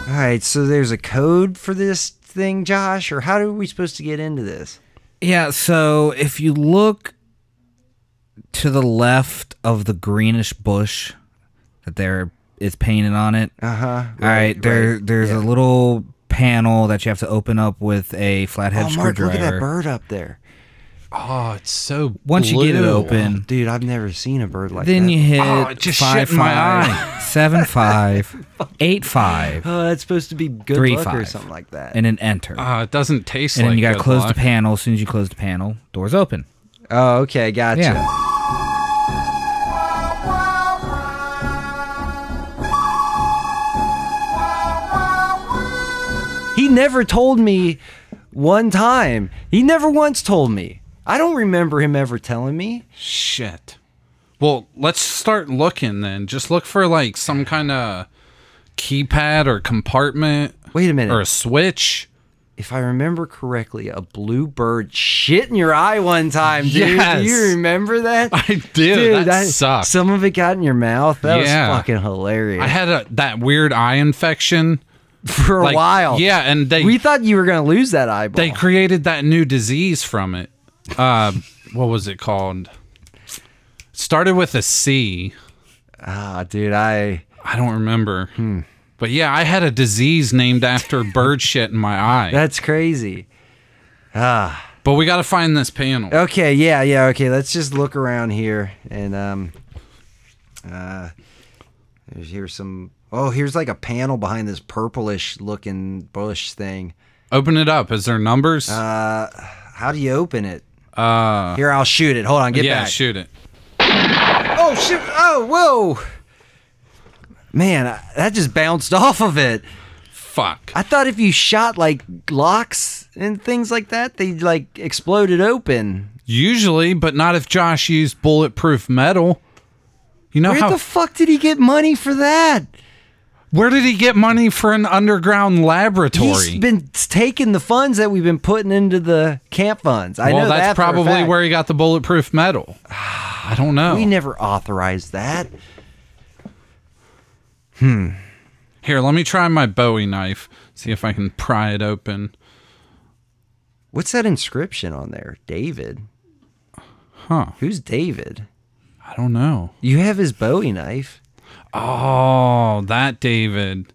S1: All right, so there's a code for this thing, Josh, or how are we supposed to get into this?
S3: Yeah, so if you look to the left of the greenish bush that there is painted on it.
S1: Uh huh.
S3: all right, there there's a little panel that you have to open up with a flathead
S1: Oh, Mark,
S3: screwdriver.
S1: look at that bird up there,
S2: Oh, it's so.
S3: Once you get it
S2: blue.
S3: open,
S1: dude. I've never seen a bird like
S3: then
S1: that.
S3: you hit
S2: Oh, it just
S3: five,
S2: shit in my
S3: five, seven, five, eight, five,
S1: Oh, that's supposed to be good
S3: Three,
S1: luck or
S3: five.
S1: something like that.
S3: and then enter.
S2: Ah, it doesn't taste
S3: and
S2: like
S3: then you gotta
S2: good
S3: close
S2: luck.
S3: the panel. As soon as you close the panel, doors open.
S1: oh, okay, gotcha.
S3: Yeah.
S1: He never told me one time. He never once told me. I don't remember him ever telling me.
S2: Shit. Well, let's start looking then. Just look for like some kind of keypad or compartment
S1: Wait a minute.
S2: or a switch.
S1: If I remember correctly, a blue bird shit in your eye one time, dude.
S2: Yes.
S1: Do you remember that?
S2: <laughs> I do. that, sucked.
S1: Some of it got in your mouth. That
S2: Yeah.
S1: was fucking hilarious.
S2: I had a that weird eye infection
S1: For a
S2: like,
S1: while.
S2: Yeah, and they
S1: We thought you were going to lose that eyeball.
S2: they created that new disease from it. Uh, <laughs> what was it called? Started with a C.
S1: ah, dude, I.
S2: I don't remember.
S1: Hmm.
S2: But yeah, I had a disease named after
S1: <laughs>
S2: bird shit in my eye.
S1: That's crazy.
S2: but we got to find this panel.
S1: Okay, yeah, yeah, okay. Let's just look around here and um uh there's here's some oh, here's like a panel behind this purplish looking bush thing.
S2: Open it up. Is there numbers?
S1: Uh how do you open it? Uh here I'll shoot it. Hold on, get
S2: yeah,
S1: back.
S2: shoot it.
S1: Oh shoot oh whoa Man, I- that just bounced <laughs> off of it.
S2: Fuck.
S1: I thought if you shot like locks and things like that, they like exploded open.
S2: Usually, but not if Josh used bulletproof metal. You know
S1: Where
S2: how?
S1: the fuck did he get money for that?
S2: where did he get money for an underground laboratory?
S1: He's been taking the funds that we've been putting into the camp funds. I
S2: well,
S1: know
S2: that's
S1: that for a
S2: probably
S1: fact. Ah,
S2: where he got the bulletproof metal. I don't know.
S1: we never authorized that.
S2: Here, let me try my Bowie knife. See if I can pry it open.
S1: What's that inscription on there? David.
S2: Huh.
S1: Who's David?
S2: I don't know.
S1: You have his Bowie knife.
S2: Oh, that David.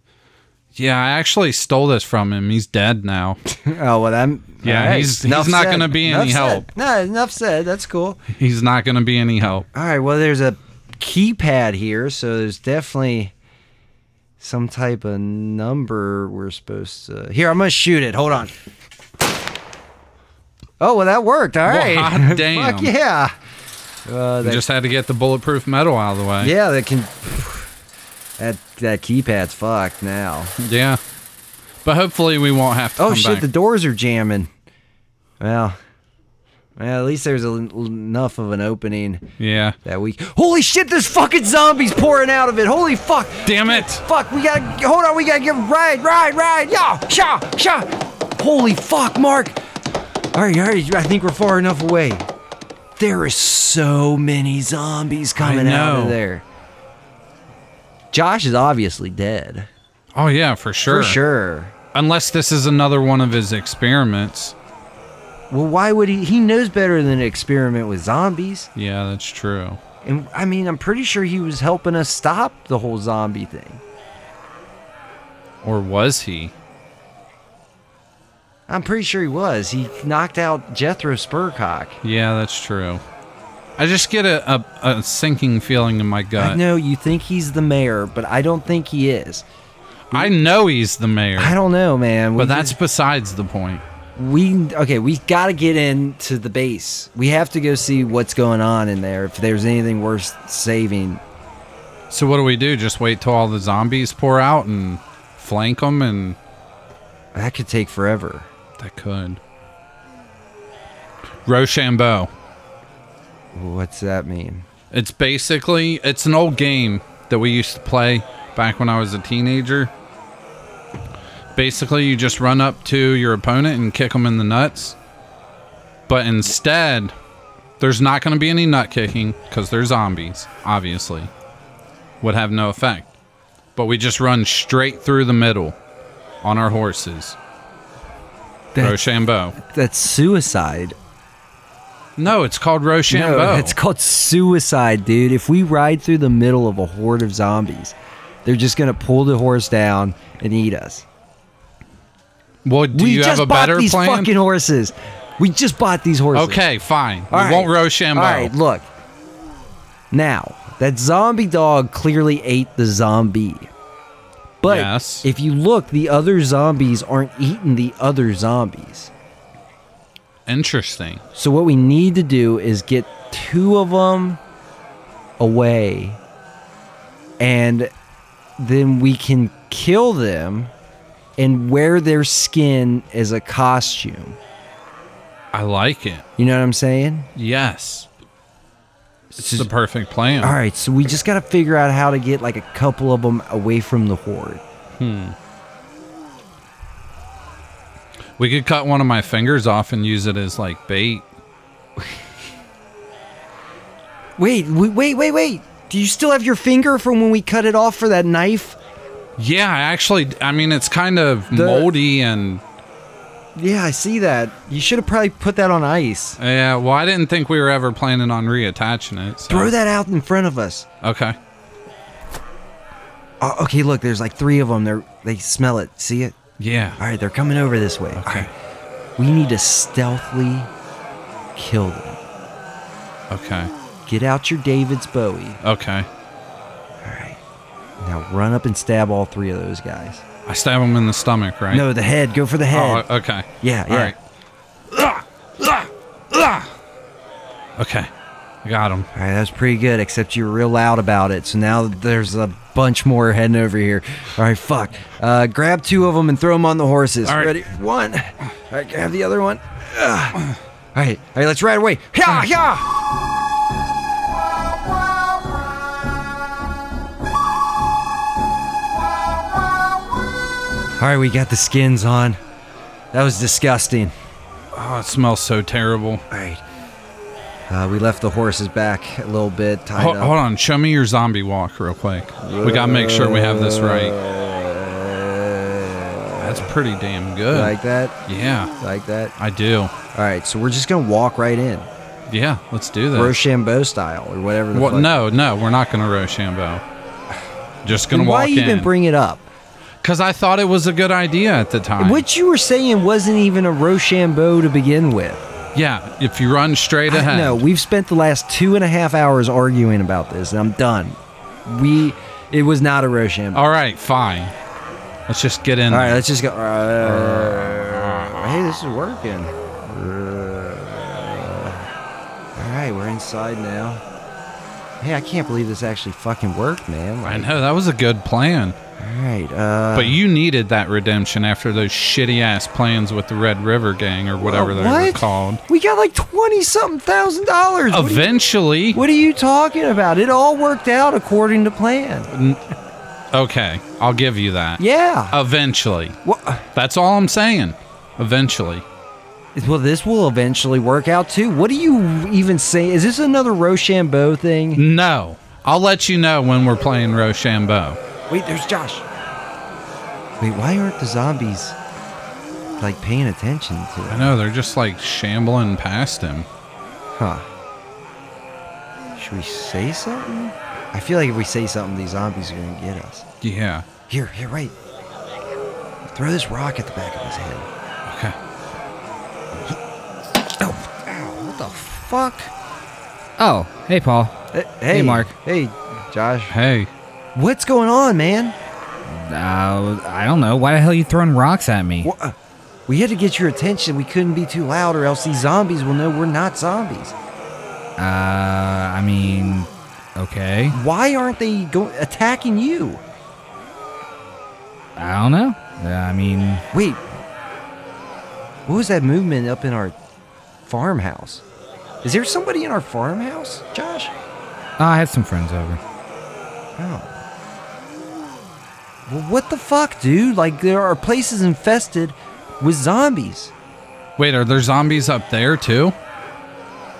S2: Yeah, I actually stole this from him. He's dead now. <laughs>
S1: Oh well, that
S2: Yeah,
S1: All right.
S2: he's
S1: Enough
S2: he's not
S1: said.
S2: going to be
S1: Enough
S2: any
S1: said.
S2: help.
S1: No, enough said. That's cool.
S2: He's not going to be any help.
S1: All right. Well, there's a keypad here, so there's definitely some type of number we're supposed to. Here, I'm gonna shoot it. Hold on. Oh well, that worked. All right.
S2: hot
S1: <laughs>
S2: damn.
S1: Fuck yeah. Uh,
S2: We
S1: that,
S2: just had to get the bulletproof metal out of the way.
S1: yeah, that can. That that keypad's fucked now.
S2: Yeah. But hopefully we won't have to
S1: Oh
S2: come
S1: shit,
S2: back.
S1: the doors are jamming. Well, well, at least there's a, enough of an opening
S2: yeah.
S1: that we. Holy shit, there's fucking zombies pouring out of it. Holy fuck.
S2: Damn it.
S1: Fuck, we gotta hold on. We gotta get ride, ride, ride. Yeah, sha, sha. Holy fuck, Mark. All right, all right. I think we're far enough away. There are so many zombies coming out of
S2: know.
S1: there. Josh is obviously dead
S2: Oh yeah, for sure.
S1: for sure.
S2: Unless this is another one of his experiments.
S1: Well, why would he? He knows better than to experiment with zombies.
S2: Yeah, that's true.
S1: And I mean, I'm pretty sure he was helping us stop the whole zombie thing.
S2: Or was he?
S1: I'm pretty sure he was. He knocked out Jethro Spurcock.
S2: Yeah, that's true. I just get a, a, a sinking feeling in my
S1: I
S2: gut.
S1: know you think he's the mayor, but I don't think he is.
S2: I know he's the mayor.
S1: I don't know, man. We
S2: But that's
S1: just-
S2: besides the point.
S1: we okay. We got to get into the base. We have to go see what's going on in there. If there's anything worth saving,
S2: So what do we do? Just wait till all the zombies pour out and flank them, and
S1: that could take forever.
S2: that could. Rochambeau.
S1: What's that mean?
S2: It's basically it's an old game that we used to play back when I was a teenager. Basically, you just run up to your opponent and kick them in the nuts. But instead, there's not going to be any nut kicking because they're zombies, obviously. Would have no effect. But we just run straight through the middle on our horses.
S1: That's-
S2: Rochambeau.
S1: That's suicide.
S2: No, it's called Rochambeau.
S1: No, it's called suicide, dude. If we ride through the middle of a horde of zombies, they're just gonna pull the horse down and eat us.
S2: well, do
S1: we
S2: you
S1: just
S2: have a
S1: bought
S2: better
S1: these
S2: plan?
S1: fucking horses. We just bought these horses.
S2: Okay, fine.
S1: All
S2: we
S1: right.
S2: won't Rochambeau.
S1: All right, look. Now, that zombie dog clearly ate the zombie. But
S2: Yes.
S1: if you look, the other zombies aren't eating the other zombies.
S2: Interesting.
S1: So what we need to do is get two of them away and then we can kill them and wear their skin as a costume.
S2: I like it.
S1: You know what I'm saying?
S2: Yes. It's the perfect plan.
S1: All right, so we just got to figure out how to get like a couple of them away from the horde.
S2: We could cut one of my fingers off and use it as like bait.
S1: Wait, wait, wait, wait, wait. Do you still have your finger from when we cut it off for that knife?
S2: Yeah, I actually, I mean, it's kind of
S1: The-
S2: moldy and
S1: Yeah, I see that. You should have probably put that on ice.
S2: yeah. Well, I didn't think we were ever planning on reattaching it. so-
S1: Throw that out in front of us.
S2: Okay.
S1: Oh, okay, look, there's like three of them. They're they smell it. See it?
S2: Yeah.
S1: All right, they're coming over this way. All
S2: Okay.
S1: right, we need to stealthily kill them.
S2: Okay.
S1: Get out your David's Bowie.
S2: Okay.
S1: All right, now run up and stab all three of those guys.
S2: I stab him in the stomach, right?
S1: No, the head. Go for the
S2: Oh,
S1: head.
S2: okay.
S1: yeah, yeah.
S2: All right. Ah, Okay. I got him.
S1: All right, that was pretty good, except you were real loud about it. So now there's a bunch more heading over here. All right, fuck. Uh, grab two of them and throw them on the horses.
S2: All right.
S1: Ready? One. All right, grab the other one. Ugh. All right, all right, let's ride away. Yeah, yeah. All right, we got the skins on. That was disgusting.
S2: Oh, it smells so terrible.
S1: All right. Uh, we left the horses back a little bit, tied
S2: Hold,
S1: up.
S2: hold on, show me your zombie walk real quick. We gotta make sure we have this right.
S1: Uh,
S2: That's pretty damn
S1: you
S2: good.
S1: like that?
S2: yeah,
S1: You Like that?
S2: I do.
S1: All right, so we're just gonna walk right in,
S2: Yeah, let's do this.
S1: Rochambeau style or whatever. The
S2: What?
S1: fuck.
S2: No, no, we're not gonna Rochambeau. Just gonna
S1: Then
S2: walk
S1: why
S2: in.
S1: even bring it up?
S2: Because I thought it was a good idea at the time.
S1: What you were saying wasn't even a Rochambeau to begin with.
S2: yeah, if you run straight
S1: I-
S2: ahead.
S1: No, we've spent the last two and a half hours arguing about this, and I'm done. We, it was not a Rochambeau.
S2: All right, fine. Let's just get in.
S1: All right,
S2: there.
S1: let's just go. Uh, hey, this is working. Uh, all right, we're inside now. Hey, I can't believe this actually fucking worked, man.
S2: I know that was a good plan,
S1: All right, uh,
S2: but you needed that redemption after those shitty ass plans with the Red River Gang or whatever they were
S1: what?
S2: called.
S1: we got like twenty something thousand dollars. What are you-
S2: Eventually,
S1: What are you talking about? It all worked out according to plan.
S2: okay, I'll give you that.
S1: Yeah.
S2: Eventually,
S1: Wha-
S2: that's all I'm saying. Eventually,
S1: Well, this will eventually work out too. What do you even say? Is this another Rochambeau thing?
S2: no. I'll let you know when we're playing Rochambeau.
S1: Wait, there's Josh. Wait, why aren't the zombies like paying attention to
S2: I
S1: it?
S2: know they're just like shambling past him.
S1: Huh. Should we say something? I feel like if we say something, these zombies are gonna get us.
S2: Yeah.
S1: Here, here, wait. Throw this rock at the back of his head.
S2: Okay.
S1: Oh, ow, what the fuck?
S3: Oh, hey, Paul.
S1: Eh, Hey,
S3: Mark.
S1: Hey, Josh.
S2: Hey.
S1: What's going on, man?
S3: Uh, I don't know. Why the hell are you throwing rocks at me?
S1: Wha- uh, We had to get your attention. We couldn't be too loud, or else these zombies will know we're not zombies.
S3: Uh, I mean, okay.
S1: Why aren't they go- attacking you?
S3: I don't know. Uh, I mean,
S1: Wait, what was that movement up in our farmhouse? Is there somebody in our farmhouse, Josh?
S3: oh, I had some friends over.
S1: Oh. Well, what the fuck, dude? Like, there are places infested with zombies.
S2: Wait, are there zombies up there too?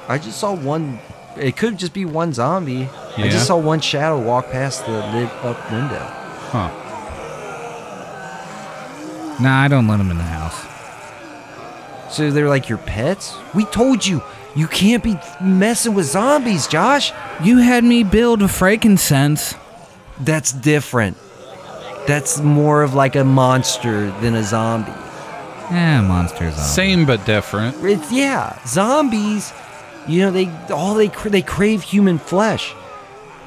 S1: I just saw one. It could just be one zombie. I
S2: Yeah.
S1: just saw one shadow walk past the lit up window.
S2: Huh.
S3: Nah, I don't let them in the house.
S1: So they're like your pets? We told you, you can't be messing with zombies, Josh.
S3: You had me build a frankincense.
S1: That's different. That's more of like a monster than a zombie.
S3: Eh, monsters. on.
S2: Same but different.
S1: It's yeah, zombies. You know they all they cra- they crave human flesh.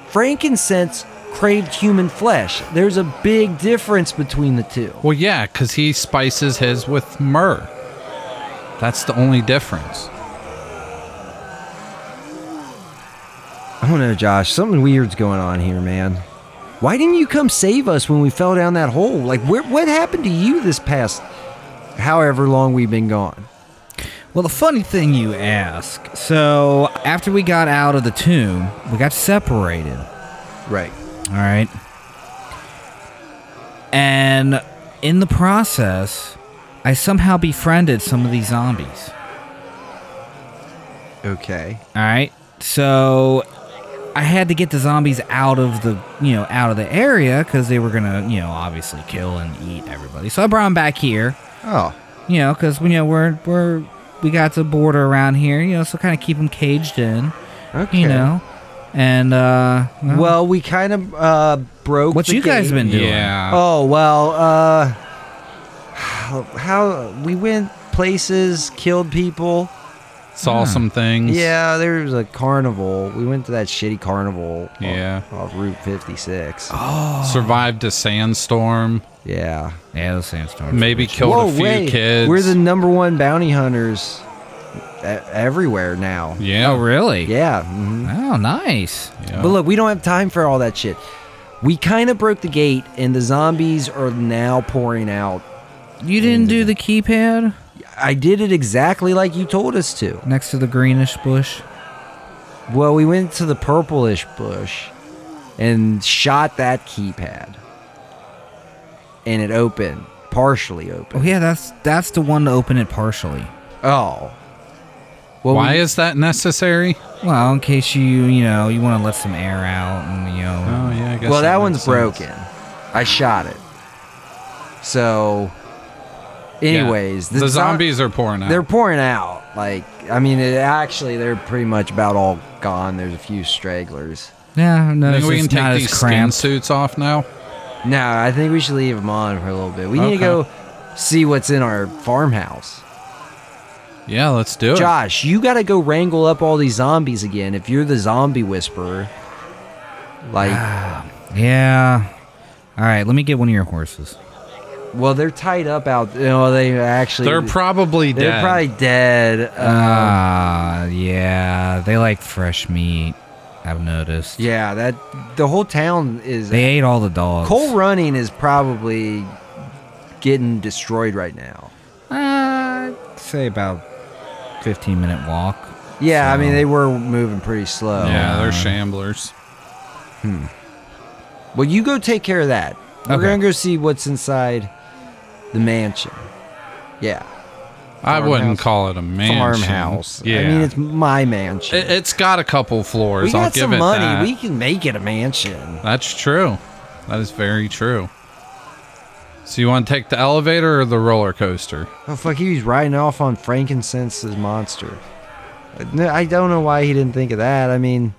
S1: Frankincense craved human flesh. There's a big difference between the two.
S2: Well, yeah, because he spices his with myrrh. That's the only difference.
S1: I don't know, Josh. Something weird's going on here, man. Why didn't you come save us when we fell down that hole? Like, where, what happened to you this past however long we've been gone?
S3: Well, the funny thing you ask. So, after we got out of the tomb, we got separated.
S1: Right.
S3: All right. And in the process, I somehow befriended some of these zombies.
S1: Okay.
S3: All right. So I had to get the zombies out of the, you know, out of the area cuz they were going to, you know, obviously kill and eat everybody. So I brought them back here,
S1: Oh.
S3: you know, cuz you know we're we're we got the border around here, you know, so kind of keep them caged in,
S1: Okay.
S3: you know. And uh
S2: Oh.
S1: Well, we kind of uh, broke.
S3: what
S1: the
S3: you guys
S1: gate.
S3: been doing?
S2: Yeah.
S1: Oh well. Uh, <sighs> how we went places, killed people.
S2: Saw some things.
S1: Yeah, there was a carnival. We went to that shitty carnival. off-
S2: Yeah. Oh.
S1: Off Route 56.
S2: Survived a sandstorm.
S1: Yeah.
S3: Yeah, those sandstorms.
S2: Maybe killed a few kids.
S1: We're the number one bounty hunters e- everywhere now.
S2: yeah.
S3: Oh, really?
S1: Yeah. mhm.
S3: Oh, nice.
S2: yeah.
S1: But look, we don't have time for all that shit. We kind of broke the gate, and the zombies are now pouring out.
S3: You didn't do the keypad
S1: I did it exactly like you told us to.
S3: next to the greenish bush?
S1: Well, we went to the purplish bush and shot that keypad, and it opened, partially open.
S3: Oh yeah, that's that's the one to open it partially.
S1: Oh. Well,
S2: Why
S1: we-
S2: is that necessary?
S3: Well, in case you you know you want to let some air out and you know.
S2: Oh yeah. I guess
S1: Well, that
S2: makes
S1: one's
S2: sense.
S1: broken. I shot it. So,
S2: Yeah.
S1: anyways,
S2: the,
S1: zo-
S2: zombies are pouring out.
S1: they're pouring out. Like, I mean, it, actually, they're pretty much about all gone. There's a few stragglers.
S3: Yeah, no,
S2: Think
S3: it's
S2: we
S3: just
S2: can
S3: not
S2: take
S3: as
S2: these skin
S3: cramped.
S2: suits off now.
S1: No, I think we should leave them on for a little bit. We need to
S2: Okay.
S1: go see what's in our farmhouse.
S2: Yeah, let's do it.
S1: Josh, you got to go wrangle up all these zombies again if you're the zombie whisperer.
S2: <sighs>
S1: Like,
S3: Yeah. All right, let me get one of your horses.
S1: well, they're tied up out. You know, they actually.
S2: They're probably
S1: they're
S2: dead.
S1: probably
S2: <sighs>
S1: dead. Uh,
S3: Ah, yeah. They like fresh meat. I've noticed.
S1: yeah, that the whole town is.
S3: They ate all the dogs.
S1: Coal running is probably getting destroyed right now.
S3: Uh, say about 15 minute walk.
S1: Yeah, I mean
S3: So-
S1: they were moving pretty slow.
S2: yeah,
S3: Oh.
S2: they're shamblers.
S1: Well, you go take care of that. We're
S3: Okay.
S1: gonna go see what's inside the mansion. Yeah,
S2: I wouldn't
S1: Farmhouse.
S2: call it a mansion.
S1: farmhouse.
S2: Yeah.
S1: I mean it's my mansion.
S2: it, has got a couple floors.
S1: we
S2: I'll
S1: got
S2: give
S1: some
S2: it
S1: money.
S2: that.
S1: We can make it a mansion.
S2: That's true. That is very true. So you want to take the elevator or the roller coaster?
S1: Oh fuck, he was riding off on frankincense's monster. No, I don't know why he didn't think of that. I mean,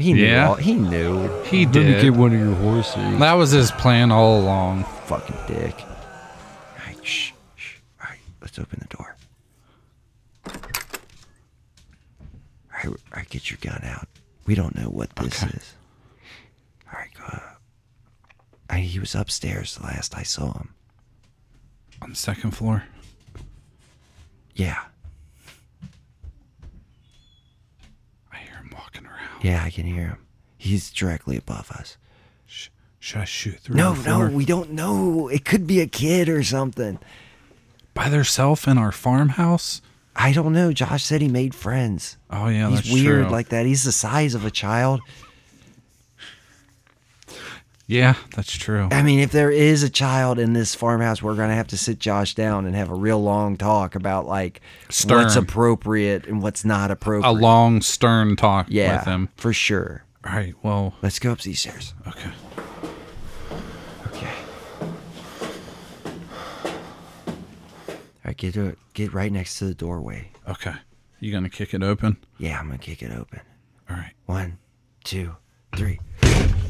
S1: he knew.
S2: Yeah.
S1: all- he knew.
S2: He
S1: Let me
S2: did.
S1: get one of your horses.
S2: That was his plan all along.
S1: fucking dick. All right, shh, shh. All right, let's open the door. All right, all right, get your gun out. We don't know what this is. All right, go up. I, he was upstairs the last I saw him.
S2: On the second floor.
S1: Yeah,
S2: I hear him walking around.
S1: yeah, I can hear him. He's directly above us.
S2: Sh- should I shoot through?
S1: No,
S2: the
S1: no,
S2: floor?
S1: we don't know. It could be a kid or something.
S2: By theirself in our farmhouse?
S1: I don't know. Josh said he made friends.
S2: Oh yeah,
S1: He's
S2: that's
S1: weird
S2: true.
S1: like that. He's the size of a child.
S2: yeah, that's true.
S1: I mean, if there is a child in this farmhouse, we're gonna have to sit Josh down and have a real long talk about like what's
S2: Stern.
S1: appropriate and what's not appropriate.
S2: A long stern talk
S1: yeah,
S2: with him.
S1: for sure.
S2: All right. Well,
S1: Let's go up these stairs.
S2: okay.
S1: Okay. All right, get to, get right next to the doorway.
S2: Okay. You gonna kick it open?
S1: Yeah, I'm gonna kick it open.
S2: All right.
S1: One, two, three.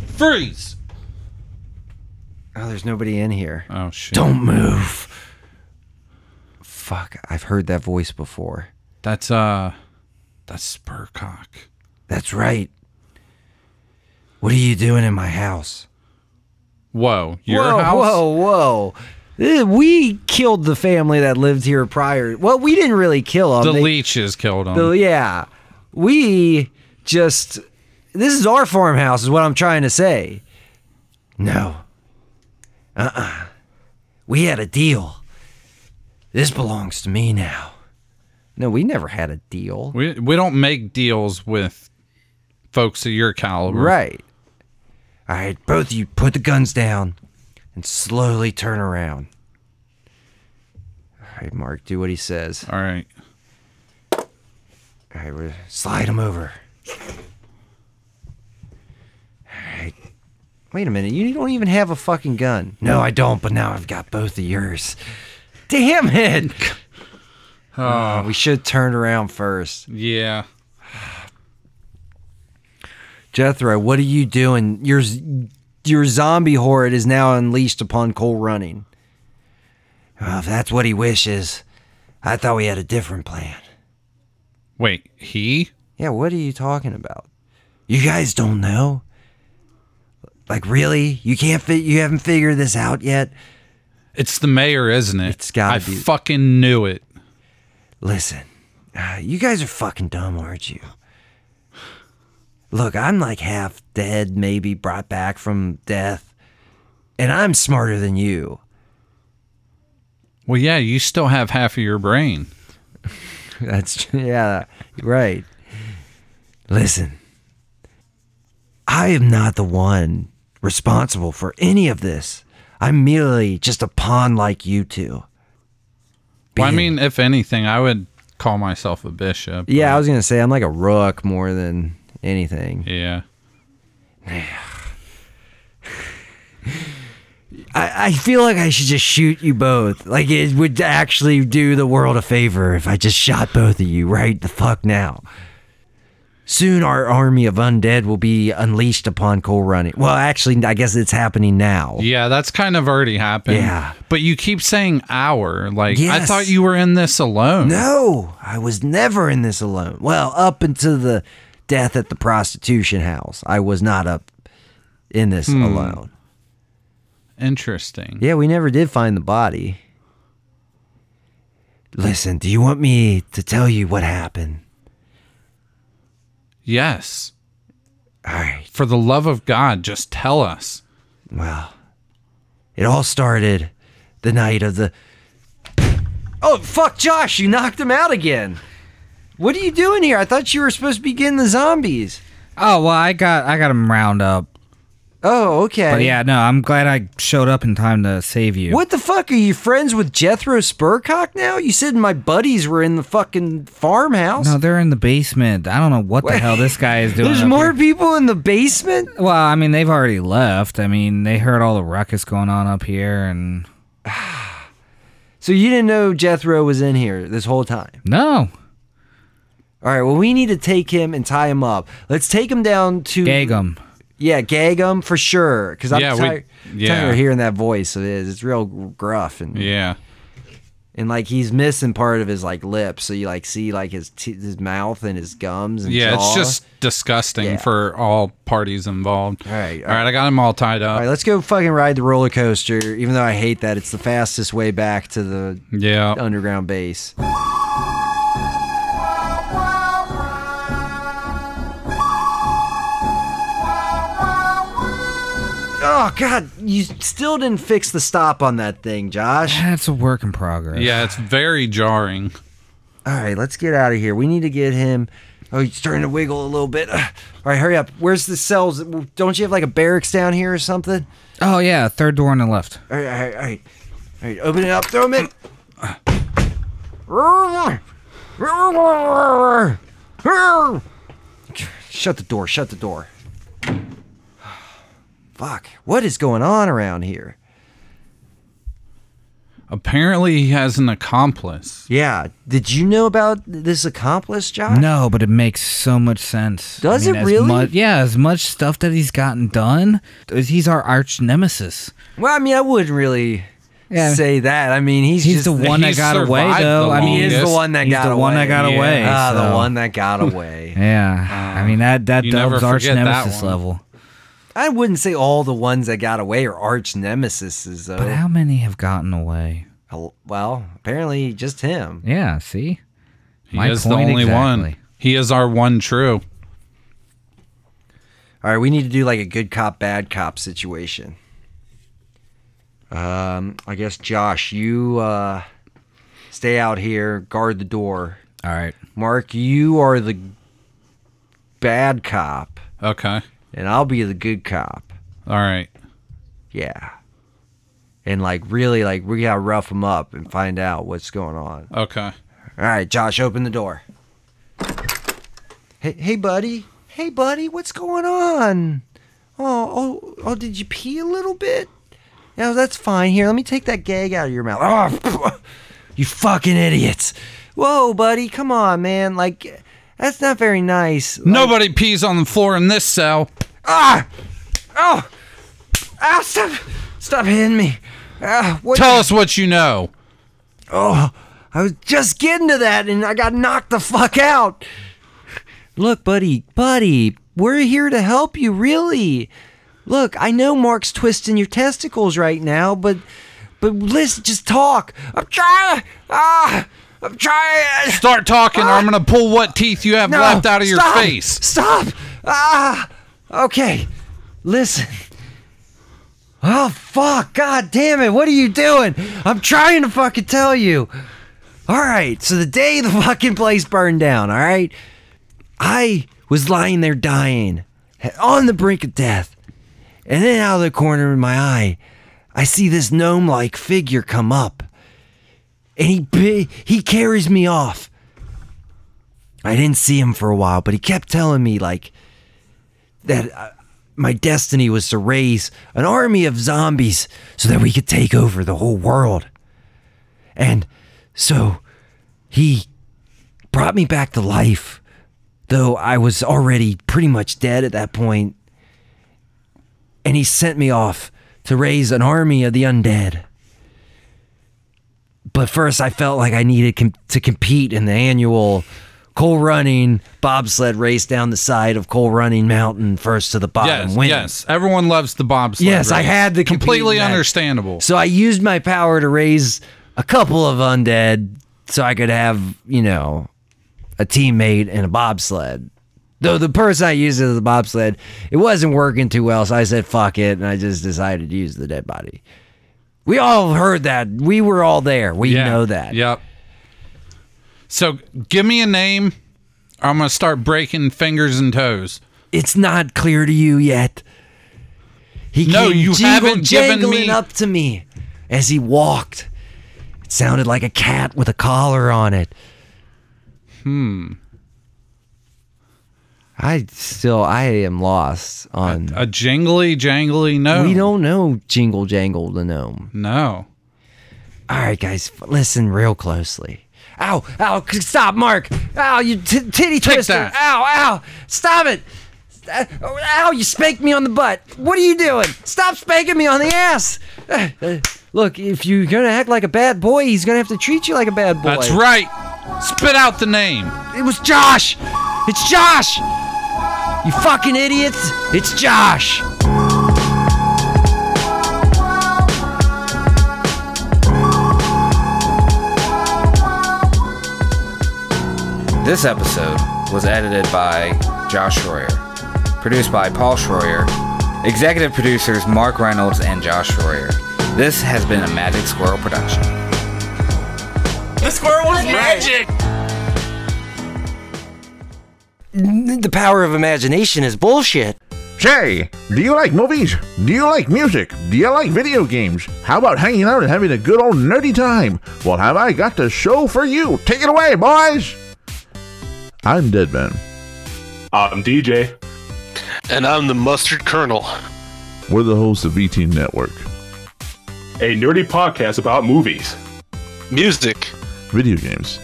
S2: Freeze!
S1: Oh, there's nobody in here.
S2: Oh shit.
S1: Don't move. Fuck, I've heard that voice before.
S2: That's uh, that's Spurcock.
S1: That's right. What are you doing in my house?
S2: Whoa, your
S1: whoa,
S2: house?
S1: whoa, whoa. Eh, We killed the family that lived here prior. Well, we didn't really kill them.
S2: The
S1: They-
S2: leeches killed him.
S1: the- yeah. We just. This is our farmhouse, is what I'm trying to say. No. Uh uh We had a deal. This belongs to me now. No, we never had a deal.
S2: we we don't make deals with folks of your caliber.
S1: Right. All right, both of you put the guns down and slowly turn around. All right, Mark, do what he says.
S2: All right.
S1: All right, we're, slide him over. All right. Wait a minute, you don't even have a fucking gun. No, I don't, but now I've got both of yours. Damn it! Oh, we should turn around first.
S2: Yeah.
S1: Jethro, what are you doing? Your your zombie horde is now unleashed upon Cole Running. Well, if that's what he wishes, I thought we had a different plan.
S2: Wait, he?
S1: Yeah, what are you talking about? You guys don't know? Like really? You can't fit you haven't figured this out yet?
S2: It's the mayor, isn't it?
S1: It's gotta
S2: I
S1: be.
S2: fucking knew it.
S1: Listen, uh, you guys are fucking dumb, aren't you? Look, I'm like half dead, maybe brought back from death, and I'm smarter than you.
S2: Well, yeah, you still have half of your brain.
S1: That's <laughs> tr- yeah, right. Listen, I am not the one responsible for any of this. I'm merely just a pawn like you two.
S2: Well, I
S1: Being-
S2: mean, if anything, I would call myself a bishop.
S1: yeah, I was gonna say I'm like a rook more than anything.
S2: Yeah.
S1: I, I feel like I should just shoot you both. Like it would actually do the world a favor if I just shot both of you right the fuck now. Soon our army of undead will be unleashed upon Coal Running. Well, actually, I guess it's happening now.
S2: Yeah, that's kind of already happened.
S1: Yeah.
S2: But you keep saying our. Like, I
S1: Yes.
S2: thought you were in this alone.
S1: No, I was never in this alone. Well, up until the death at the prostitution house, I was not up in this
S3: Hmm.
S1: alone.
S2: Interesting.
S1: Yeah, we never did find the body. Listen, do you want me to tell you what happened?
S2: Yes.
S1: All right.
S2: For the love of God, just tell us.
S1: Well, it all started the night of the. Oh, fuck, Josh, you knocked him out again. What are you doing here? I thought you were supposed to be getting the zombies.
S3: Oh well, I got I got him round up.
S1: Oh, okay.
S3: But yeah, no, I'm glad I showed up in time to save you.
S1: What the fuck? Are you friends with Jethro Spurcock now? You said my buddies were in the fucking farmhouse.
S3: No, they're in the basement. I don't know what the hell this
S2: <laughs>
S3: guy is doing.
S1: There's
S3: up
S1: more
S3: here.
S1: people in the basement?
S3: Well, I mean, they've already left. I mean, they heard all the ruckus going on up here, and
S1: So you didn't know Jethro was in here this whole time.
S3: no,
S1: All right, well, we need to take him and tie him up. Let's take him down to.
S3: gag
S2: Mm-hmm.
S3: 'em.
S1: Yeah, gag him for sure. Because I'm
S2: Yeah, we-
S1: tired,
S2: yeah.
S1: tired of hearing that voice. It is. It's real gruff. And,
S2: Yeah.
S1: and like he's missing part of his like lips. So you like see like his, te- his mouth and his gums and
S2: Yeah,
S1: jaw.
S2: it's just disgusting
S1: Yeah.
S2: for all parties involved.
S1: All right, all
S2: All right, I got them all tied up.
S1: All right, let's go fucking ride the roller coaster. Even though I hate that, it's the fastest way back to the
S2: yeah.
S1: underground base. Oh God! You still didn't fix the stop on that thing, Josh.
S3: That's a work in progress.
S2: Yeah, it's very jarring.
S1: All right, let's get out of here. We need to get him. Oh, he's starting to wiggle a little bit. All right, hurry up. Where's the cells? Don't you have like a barracks down here or something?
S3: Oh yeah, third door on the left.
S1: All right, all right, all right. All right, open it up, throw him in. Shut the door, shut the door. Fuck, what is going on around here?
S2: Apparently, he has an accomplice.
S1: Yeah, did you know about this accomplice,
S2: Ah.
S1: Josh?
S3: No, but it makes so much sense.
S1: Does it
S3: as
S1: really?
S3: mu- yeah, as much stuff that he's gotten done, he's our arch nemesis.
S1: Well, I mean, I wouldn't really
S3: Yeah.
S1: say that. I mean, he's, just
S3: He's the one that
S2: he's
S3: got
S2: survived
S3: away,
S2: the
S3: though. I
S1: He
S3: mean,
S1: is
S2: longest.
S1: the one that
S3: He's
S1: got
S3: the
S1: away.
S3: one that got
S2: Yeah.
S3: away.
S1: Ah, the
S3: so-
S1: one that
S3: <laughs>
S1: got away.
S3: Yeah, I mean that that
S2: You never
S3: dubs arch
S2: forget that
S3: nemesis
S2: one.
S3: level.
S1: I wouldn't say all the ones that got away are arch nemesis, though.
S3: But how many have gotten away?
S1: Oh, Well, apparently just him.
S3: Yeah, see,
S2: He
S3: My
S2: is the
S3: point
S2: only one.
S3: exactly.
S2: He is our one true.
S1: All right, we need to do like a good cop, bad cop situation. Um, I guess Josh, you uh, stay out here, guard the door.
S3: all right.
S1: Mark, you are the bad cop,
S2: Okay.
S1: and I'll be the good cop.
S2: All right.
S1: Yeah. And like really, like we gotta rough him up and find out what's going on.
S2: Okay.
S1: All right, Josh, open the door. Hey, hey, buddy. Hey, buddy, what's going on? Oh, oh, oh, did you pee a little bit? No, that's fine. Here, let me take that gag out of your mouth. Oh, <laughs> you fucking idiots. Whoa, buddy, come on, man. Like, that's not very nice. Like,
S2: Nobody pees on the floor in this cell.
S1: Ah! Oh! Ah, stop! Stop hitting me. Ah, what?
S2: Tell us what you know.
S1: Oh, I was just getting to that and I got knocked the fuck out. Look, buddy, buddy, we're here to help you, really. Look, I know Mark's twisting your testicles right now, but but listen, just talk. I'm trying. Ah, I'm trying.
S2: Start talking, or I'm gonna pull what teeth you have
S1: No,
S2: left out of your
S1: stop,
S2: face.
S1: Stop! Ah, okay. Listen. Oh fuck! God damn it! What are you doing? I'm trying to fucking tell you. All right. So the day the fucking place burned down. All right. I was lying there dying, on the brink of death, and then out of the corner of my eye, I see this gnome-like figure come up, and he bi- he carries me off. I didn't see him for a while, but he kept telling me like that uh, my destiny was to raise an army of zombies so that we could take over the whole world. And so he brought me back to life though I was already pretty much dead at that point, and he sent me off to raise an army of the undead. But first, I felt like I needed com- to compete in the annual coal running bobsled race down the side of coal running mountain, first to the bottom
S2: Yes,
S1: wins.
S2: yes. Everyone loves the bobsled.
S1: Yes, I
S2: race.
S1: had to compete
S2: completely
S1: in that.
S2: understandable.
S1: So I used my power to raise a couple of undead so I could have, you know, a teammate and a bobsled. Though the person I used as a bobsled, it wasn't working too well, so I said fuck it and I just decided to use the dead body. We all heard that. We were all there. We
S2: Yeah,
S1: know that.
S2: Yep. So give me a name. or I'm gonna start breaking fingers and toes.
S1: It's not clear to you yet. He
S2: No,
S1: came
S2: you
S1: jingle,
S2: haven't given
S1: jangling
S2: me-
S1: up to me as he walked. It sounded like a cat with a collar on it. Hmm. I still I am lost on.
S2: A jingly jangly no.
S1: we don't know Jingle Jangle the gnome.
S2: No.
S1: All right, guys, f- listen real closely. Ow! Ow! c- Stop, Mark! Ow! You t- titty twister!
S2: that.
S1: Ow! Ow! Stop it! Uh, Ow! You spanked me on the butt. What are you doing? Stop spanking me on the ass! Uh, uh, Look, if you're gonna act like a bad boy, he's gonna have to treat you like a bad boy.
S2: That's right. Spit out the name.
S1: It was Josh. It's Josh. You fucking idiots! It's Josh.
S5: This episode was edited by Josh Schroyer, produced by Paul Schroyer, executive producers Mark Reynolds and Josh Schroyer. This has been a Magic Squirrel production.
S1: The power of imagination is bullshit.
S6: Say, do you like movies? Do you like music? Do you like video games? How about hanging out and having a good old nerdy time? Well, have I got the show for you? Take it away, boys! I'm Deadman.
S7: I'm DJ.
S8: And I'm the mustard colonel.
S6: We're the hosts of V Team Network,
S7: a nerdy podcast about movies
S8: Music.
S6: video games,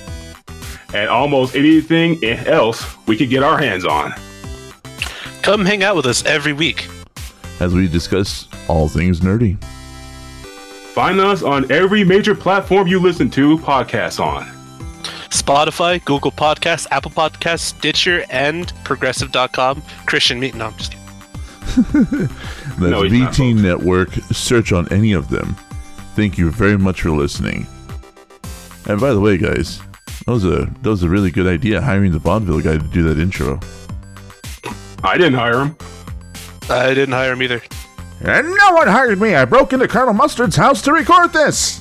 S7: and almost anything else we could get our hands on.
S8: Come hang out with us every week.
S6: as we discuss all things nerdy.
S7: Find us on every major platform you listen to podcasts on.
S8: Spotify, Google Podcasts, Apple Podcasts, Stitcher, and Progressive.com. Christian Meat. No, I'm just kidding.
S6: That's
S7: No, he's
S6: V
S7: not,
S6: Team Network. Search on any of them. Thank you very much for listening. And by the way, guys, that was a that was a really good idea hiring the Vaudeville guy to do that intro.
S7: I didn't hire him.
S8: I didn't hire him either.
S6: And no one hired me. I broke into Colonel Mustard's house to record this.